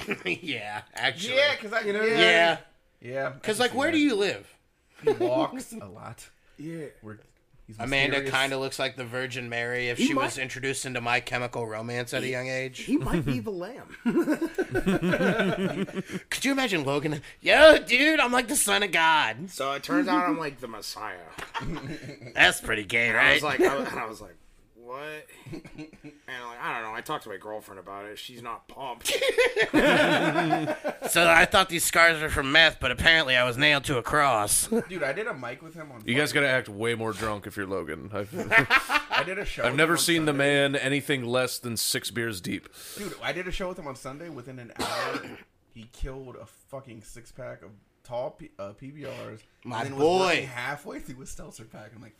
C: bitch. yeah, actually.
E: Yeah, because I, you know,
C: Yeah.
E: yeah.
C: Because like, where do you live?
E: you walks a lot?
D: Yeah.
E: We're, he's
C: Amanda kind of looks like the Virgin Mary if
D: He
C: she was
D: might-
C: introduced into My Chemical Romance at a young age.
D: He might be the lamb.
C: Could you imagine Logan? Yo, dude, I'm like the son of God.
D: so it turns out I'm like the Messiah.
C: That's pretty gay,
D: I
C: right?
D: was like, I was, I was like, what? And like, I don't know. I talked to my girlfriend about it. She's not pumped.
C: so I thought these scars were from meth, but apparently I was nailed to a cross.
E: of. Dude, I did a mic with him on.
A: You guys gotta act way more drunk if you're Logan. I've,
E: I did a show.
A: I've never seen the man anything less than six beers deep.
E: Dude, I did a show with him on Sunday. Within an hour, he killed a fucking six pack of tall P- uh, PBRs.
C: My
E: and then was working
C: boy.
E: halfway through a Stelzer pack, I'm like,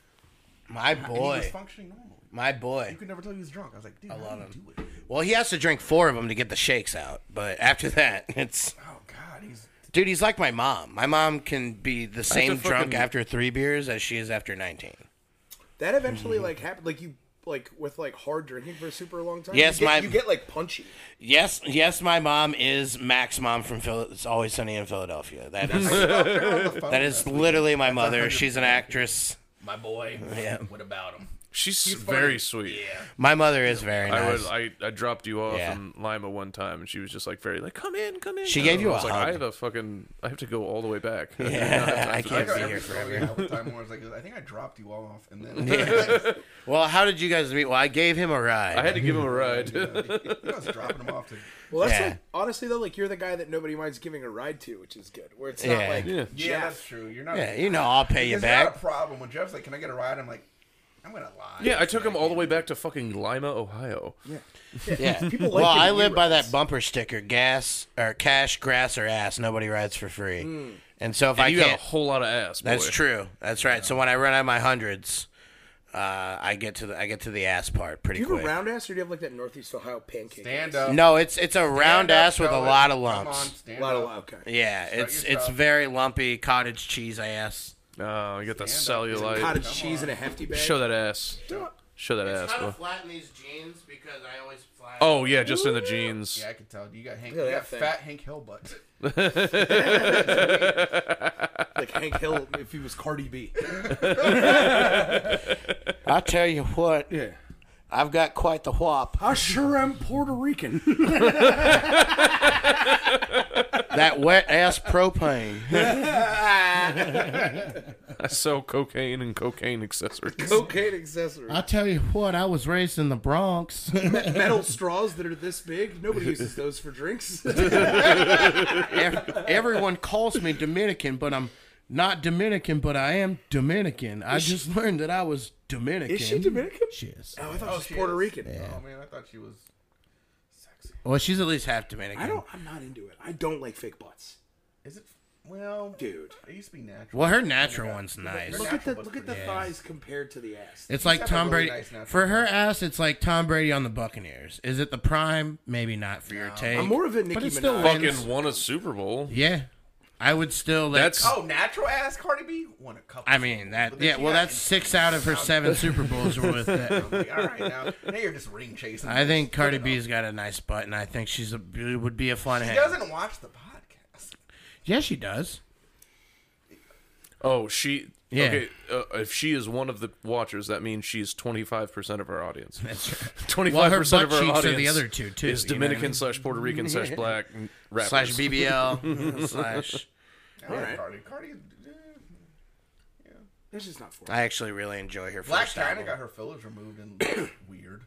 C: My
E: and he was
C: boy,
E: functioning normally.
C: my boy.
E: You could never tell he was drunk. I was like, dude, I
C: love
E: love him.
C: him.
E: Do it.
C: Well, he has to drink four of them to get the shakes out. But after that, it's
E: Oh God, he's
C: dude. He's like my mom. My mom can be the same
A: fucking-
C: drunk after three beers as she is after nineteen.
D: That eventually like happened. Like you like with like hard drinking for a super long time.
C: Yes,
D: you get,
C: my-
D: you get like punchy.
C: Yes, yes, my mom is Mac's mom from Phil- It's Always Sunny in Philadelphia. That is that is literally my mother. She's an actress.
E: my boy.
C: Yeah.
E: What about him?
A: She's very sweet.
C: My mother is very
A: I
C: nice.
A: was I, I dropped you off
C: Yeah.
A: in Lima one time, and she was just like very like come in, come in.
C: She
A: And
C: gave you
A: I
C: a
A: was like,
C: hug.
A: I have a fucking I have to go all the way back.
C: Yeah, I can't be here
E: Every
C: forever.
E: show we had with Time Warner, I was like, I think I dropped you all off, and then
C: Well, how did you guys meet? Well, I gave him a ride.
A: I had to give him a ride.
E: I was dropping him off to.
D: Well, that's
C: Yeah.
D: like honestly though, like you're the guy that nobody minds giving a ride to, which is good. Where it's not
C: Yeah.
D: like
A: Yeah.
E: Yeah,
D: Jeff.
E: that's true. You're not.
C: yeah, you know, I'll pay you
E: It's not a
C: back.
E: problem when Jeff's like, "Can I get a ride?" I'm like, "I'm gonna lie."
A: yeah, I took him all the way back to fucking Lima, Ohio.
C: Yeah.
D: People like
C: well,
D: giving
C: I
D: you
C: live by
D: rides.
C: that bumper sticker: gas or cash, grass or ass. Nobody rides for free. And so if I
A: you got
C: can't,
A: a whole lot of ass. Boy.
C: that's true. That's right. So when I run out of my hundreds, uh, I get to the I get to the ass part pretty
D: Do you have
C: quick.
D: a round ass, or do you have like that Northeast Ohio pancake?
E: Stand
D: ass?
E: up.
C: no, it's it's a round
E: Stand up,
C: ass with a
E: show it.
C: lot of
E: Come
C: lumps.
E: on,
D: A
E: stand
D: lot of
E: up.
D: okay.
C: Yeah, it's
E: your
C: it's
E: stuff.
C: very lumpy cottage cheese ass.
A: Oh, you got the cellulite.
D: Cottage cheese in a hefty bag.
A: Show that ass.
D: Do it.
A: Show that
F: It's
A: ass,
F: kind
A: bro.
F: of flat in these jeans because I always fly.
A: Oh yeah, just in the jeans.
E: Yeah, I can tell. You got Hank.
D: at
E: you
D: that
E: got
D: thing.
E: fat Hank Hill butt.
D: Like Hank Hill if he was Cardi B.
F: I'll tell you what,
D: Yeah.
F: I've got quite the whop.
D: I sure am Puerto Rican.
F: That wet ass propane.
A: I sell cocaine and cocaine accessories.
D: Cocaine accessories.
C: I tell you what, I was raised in the Bronx.
D: Metal straws that are this big. Nobody uses those for drinks.
C: Ev- Everyone calls me Dominican, but I'm not Dominican, but I am Dominican. I just learned that I was Dominican.
D: Is she Dominican?
C: She is.
D: Oh, I thought she
E: she
D: was Puerto
E: is.
D: Rican.
E: Oh man, I thought she was.
C: Well, she's at least half Dominican.
D: I don't. I'm not into it. I don't like fake butts.
E: Is it? Well,
D: Dude.
E: it used to be natural.
C: Well, her natural one's nice.
D: Look at the
E: Natural butt's
D: look at the thighs compared to the ass.
C: It's like
E: got a
C: Tom
E: really
C: Brady.
E: nice natural
C: for her ass, it's like Tom Brady on the Buccaneers. Is it the prime? Maybe not for your take.
D: I'm more of a
C: but
D: Nicki
C: it still
D: Minaj.
C: wins.
A: Fucking won a Super Bowl.
C: Yeah, I would still. Like,
A: That's
E: Oh, natural ass Cardi B won a couple.
C: I mean that.
E: But then
C: Yeah.
E: she
C: Well,
E: got
C: that's six out of her seven Super Bowls worth it.
E: Like, all right, now, now you're just ring chasing.
C: I
E: this.
C: think Cardi B's got a nice butt, and I think she's a would be a fun
E: She
C: head.
E: doesn't watch the podcast.
C: Yeah, she does.
A: oh she.
C: Yeah.
A: Okay, uh, if she is one of the watchers, that means she's twenty five percent of our audience.
C: That's right.
A: Twenty
C: Well,
A: five
C: her
A: percent of
C: butt
A: our
C: cheeks are
A: audience
C: the other two, too,
A: Is
C: you know what I
A: Dominican
C: mean?
A: slash Puerto Rican slash black rappers.
C: Slash BBL. slash.
E: All right, Cardi, Cardi. eh.
D: That's just not for me.
C: I actually really enjoy her.
E: Black
C: first
E: China
C: album.
E: got her fillers removed and looks weird.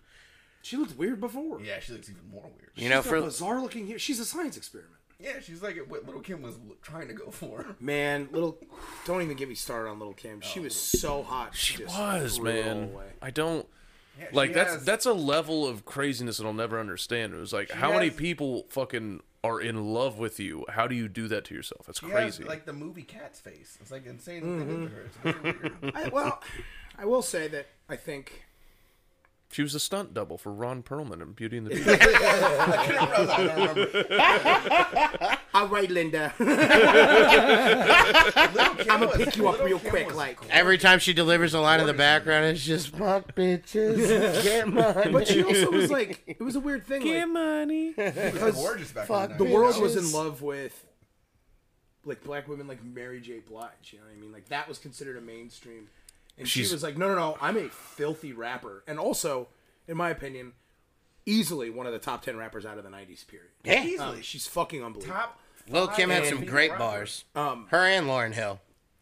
D: She looked weird before.
E: Yeah, she looks even more weird.
C: You know,
D: She's a
C: for
D: bizarre looking here. She's a science experiment.
E: Yeah, she's like what Little Kim was trying to go for.
D: Man, little, don't even get me started on little Kim. She was so hot.
A: She
D: just
A: was
D: threw it all
A: man.
D: away.
A: I don't.
E: Yeah, she
A: like that's
E: has-
A: that's a level of craziness that I'll never understand. It was like how many
E: has-
A: people fucking are in love with you? How do you do that to yourself? That's
E: she
A: crazy.
E: Has, like the movie Cat's face. It's like insane. that they did to her. It's really weird.
D: I, well, I will say that I think
A: she was a stunt double for Ron Perlman in Beauty and the Beast.
E: I couldn't remember- I don't remember.
D: All right, Linda.
E: Little Kim
D: I'ma
E: was-
D: pick you up
E: Little
D: real
E: Kim
D: quick,
E: was
D: like-
E: gorgeous.
C: every time she delivers a line in the background, it's just fuck bitches, get money.
D: but she also was like, it was a weird thing. Like,
A: money.
E: She was gorgeous back in the
D: the
E: night.
D: world was in love with like black women like Mary J. Blige, you know what I mean? Like that was considered a mainstream. And
A: She's-
D: she was like, No no no, I'm a filthy rapper and also, in my opinion, easily one of the top ten rappers out of the nineties period.
C: Yeah.
D: Um, she's fucking unbelievable.
E: Top
C: Lil Kim had
E: five
C: some
E: female
C: great
E: rapper.
C: bars. her and Lauren Hill.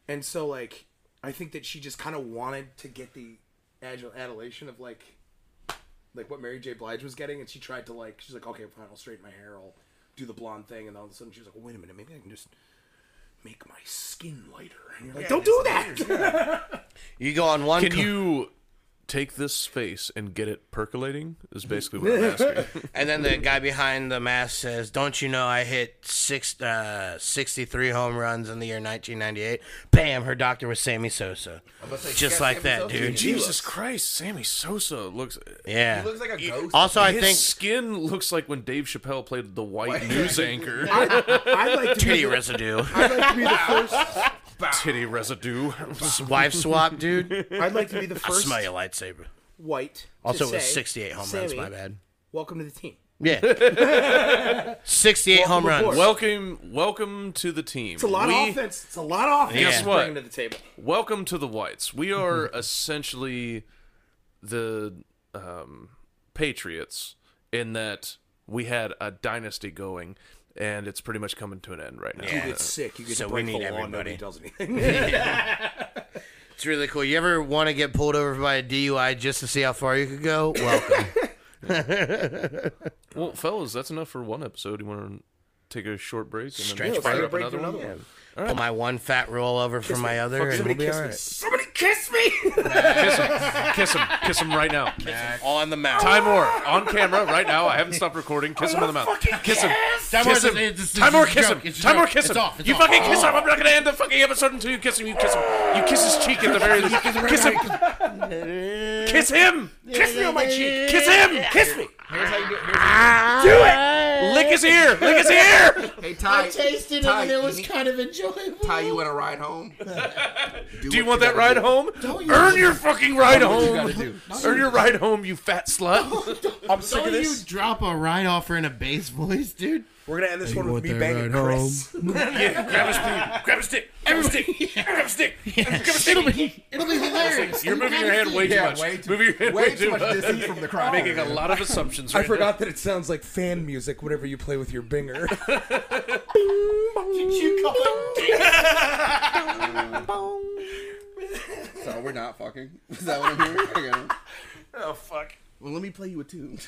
D: And so like I think that she just kinda wanted to get the agile adulation of like like what Mary J. Blige was getting and she tried to like she's like, Okay, fine, I'll straighten my hair, I'll do the blonde thing and all of a sudden she was like, Wait a minute, maybe I can just make my skin lighter. And you're like, Don't do that
C: You go on one.
A: Can
C: co-
A: you take this space and get it percolating? Is basically what I'm asking.
C: And then the guy behind the mask says, "Don't you know I hit six, uh, 63 home runs in the year 1998?" Bam, her doctor was Sammy Sosa.
E: to say,
C: Just
E: yeah,
C: like
E: Sammy
C: that,
E: Sosa.
C: dude.
A: Jesus Christ, Sammy Sosa looks.
C: Yeah.
E: He looks like a ghost.
C: also, I
A: his
C: think
A: skin looks like when Dave Chappelle played the white news anchor.
D: I'd like to
C: titty
D: be the,
C: residue,
D: I'd like to be the first
A: Titty residue.
C: wife swap, dude.
D: I'd like to be the
C: I
D: first
C: smell your lightsaber.
D: white.
C: Also,
D: to
C: it was
D: say,
C: 68 home runs.
D: Sammy,
C: My bad.
D: Welcome to the team.
C: Yeah, 68 home
D: Welcome
C: runs.
D: aboard.
A: welcome, welcome to the team.
D: It's a lot
A: we,
D: of offense. It's a lot of offense
C: Guess
D: to
A: what?
D: bring to the table.
A: Welcome to the Whites. We are essentially the um, Patriots in that we had a dynasty going, and it's pretty much coming to an end right now.
C: Yeah.
D: It's sick. You get
C: So
D: to
C: we
D: break
C: need
D: the law.
C: everybody.
D: Nobody does anything.
C: It's really cool. You ever want to get pulled over by a DUI just to see how far you could go? Welcome.
A: Well, fellas, that's enough for one episode. You want to take a short break and
C: Stretch
A: then
C: for
A: fire
C: it.
A: up another one?
C: Pull my one fat roll over from my other, and we'll be all right.
D: Somebody kiss me.
A: Kiss him, kiss him, kiss him right now.
C: On the mouth.
A: Time Moore on camera right now. I haven't stopped recording. Kiss him in the mouth. Kiss him.
C: Time
A: kiss
C: Moore
A: him.
C: is- it's- it's-
A: Time Moore,
C: it's a
A: kiss him.
C: joke. It's a
A: Time Moore,
C: joke.
A: kiss
C: It's
A: him.
C: off. Oh. It's
A: You
C: off.
A: fucking kiss him. I'm not gonna end the fucking episode until you kiss him. You kiss him. You kiss his cheek at the very least. Kiss him. Kiss him. Kiss me on my cheek. Kiss him. Kiss me. Ah.
E: Here's how you do it. Here's how you do it.
A: Lick his ear. Lick his ear.
E: Hey, Ty,
C: I tasted
E: Ty,
C: it and
E: you
C: it was
E: need-
C: kind of enjoyable.
E: Ty, you want a ride home?
A: Do you want that ride home? Earn your fucking ride home. Earn your ride home, you fat slut.
D: I'm sick
G: Don't
D: of
G: you
D: this.
G: drop a ride offer in a bass voice, dude?
D: We're gonna end this one with
G: want
D: me
G: that
D: banging
G: ride
D: Chris.
A: yeah, grab a stick. Grab a stick. Grab a stick. Grab a stick. Grab a stick.
G: It'll be, it'll be hilarious.
A: You're moving your head way too
E: Yeah,
A: much.
E: way too,
A: Moving your head
E: way too much distance from the crowd.
A: Making a lot of assumptions.
D: I
A: right
D: forgot that it sounds like fan music whenever you play with your binger.
E: So we're not fucking. Is that what I'm hearing? I got it.
A: now. Oh fuck.
E: Well, let me play you a tune.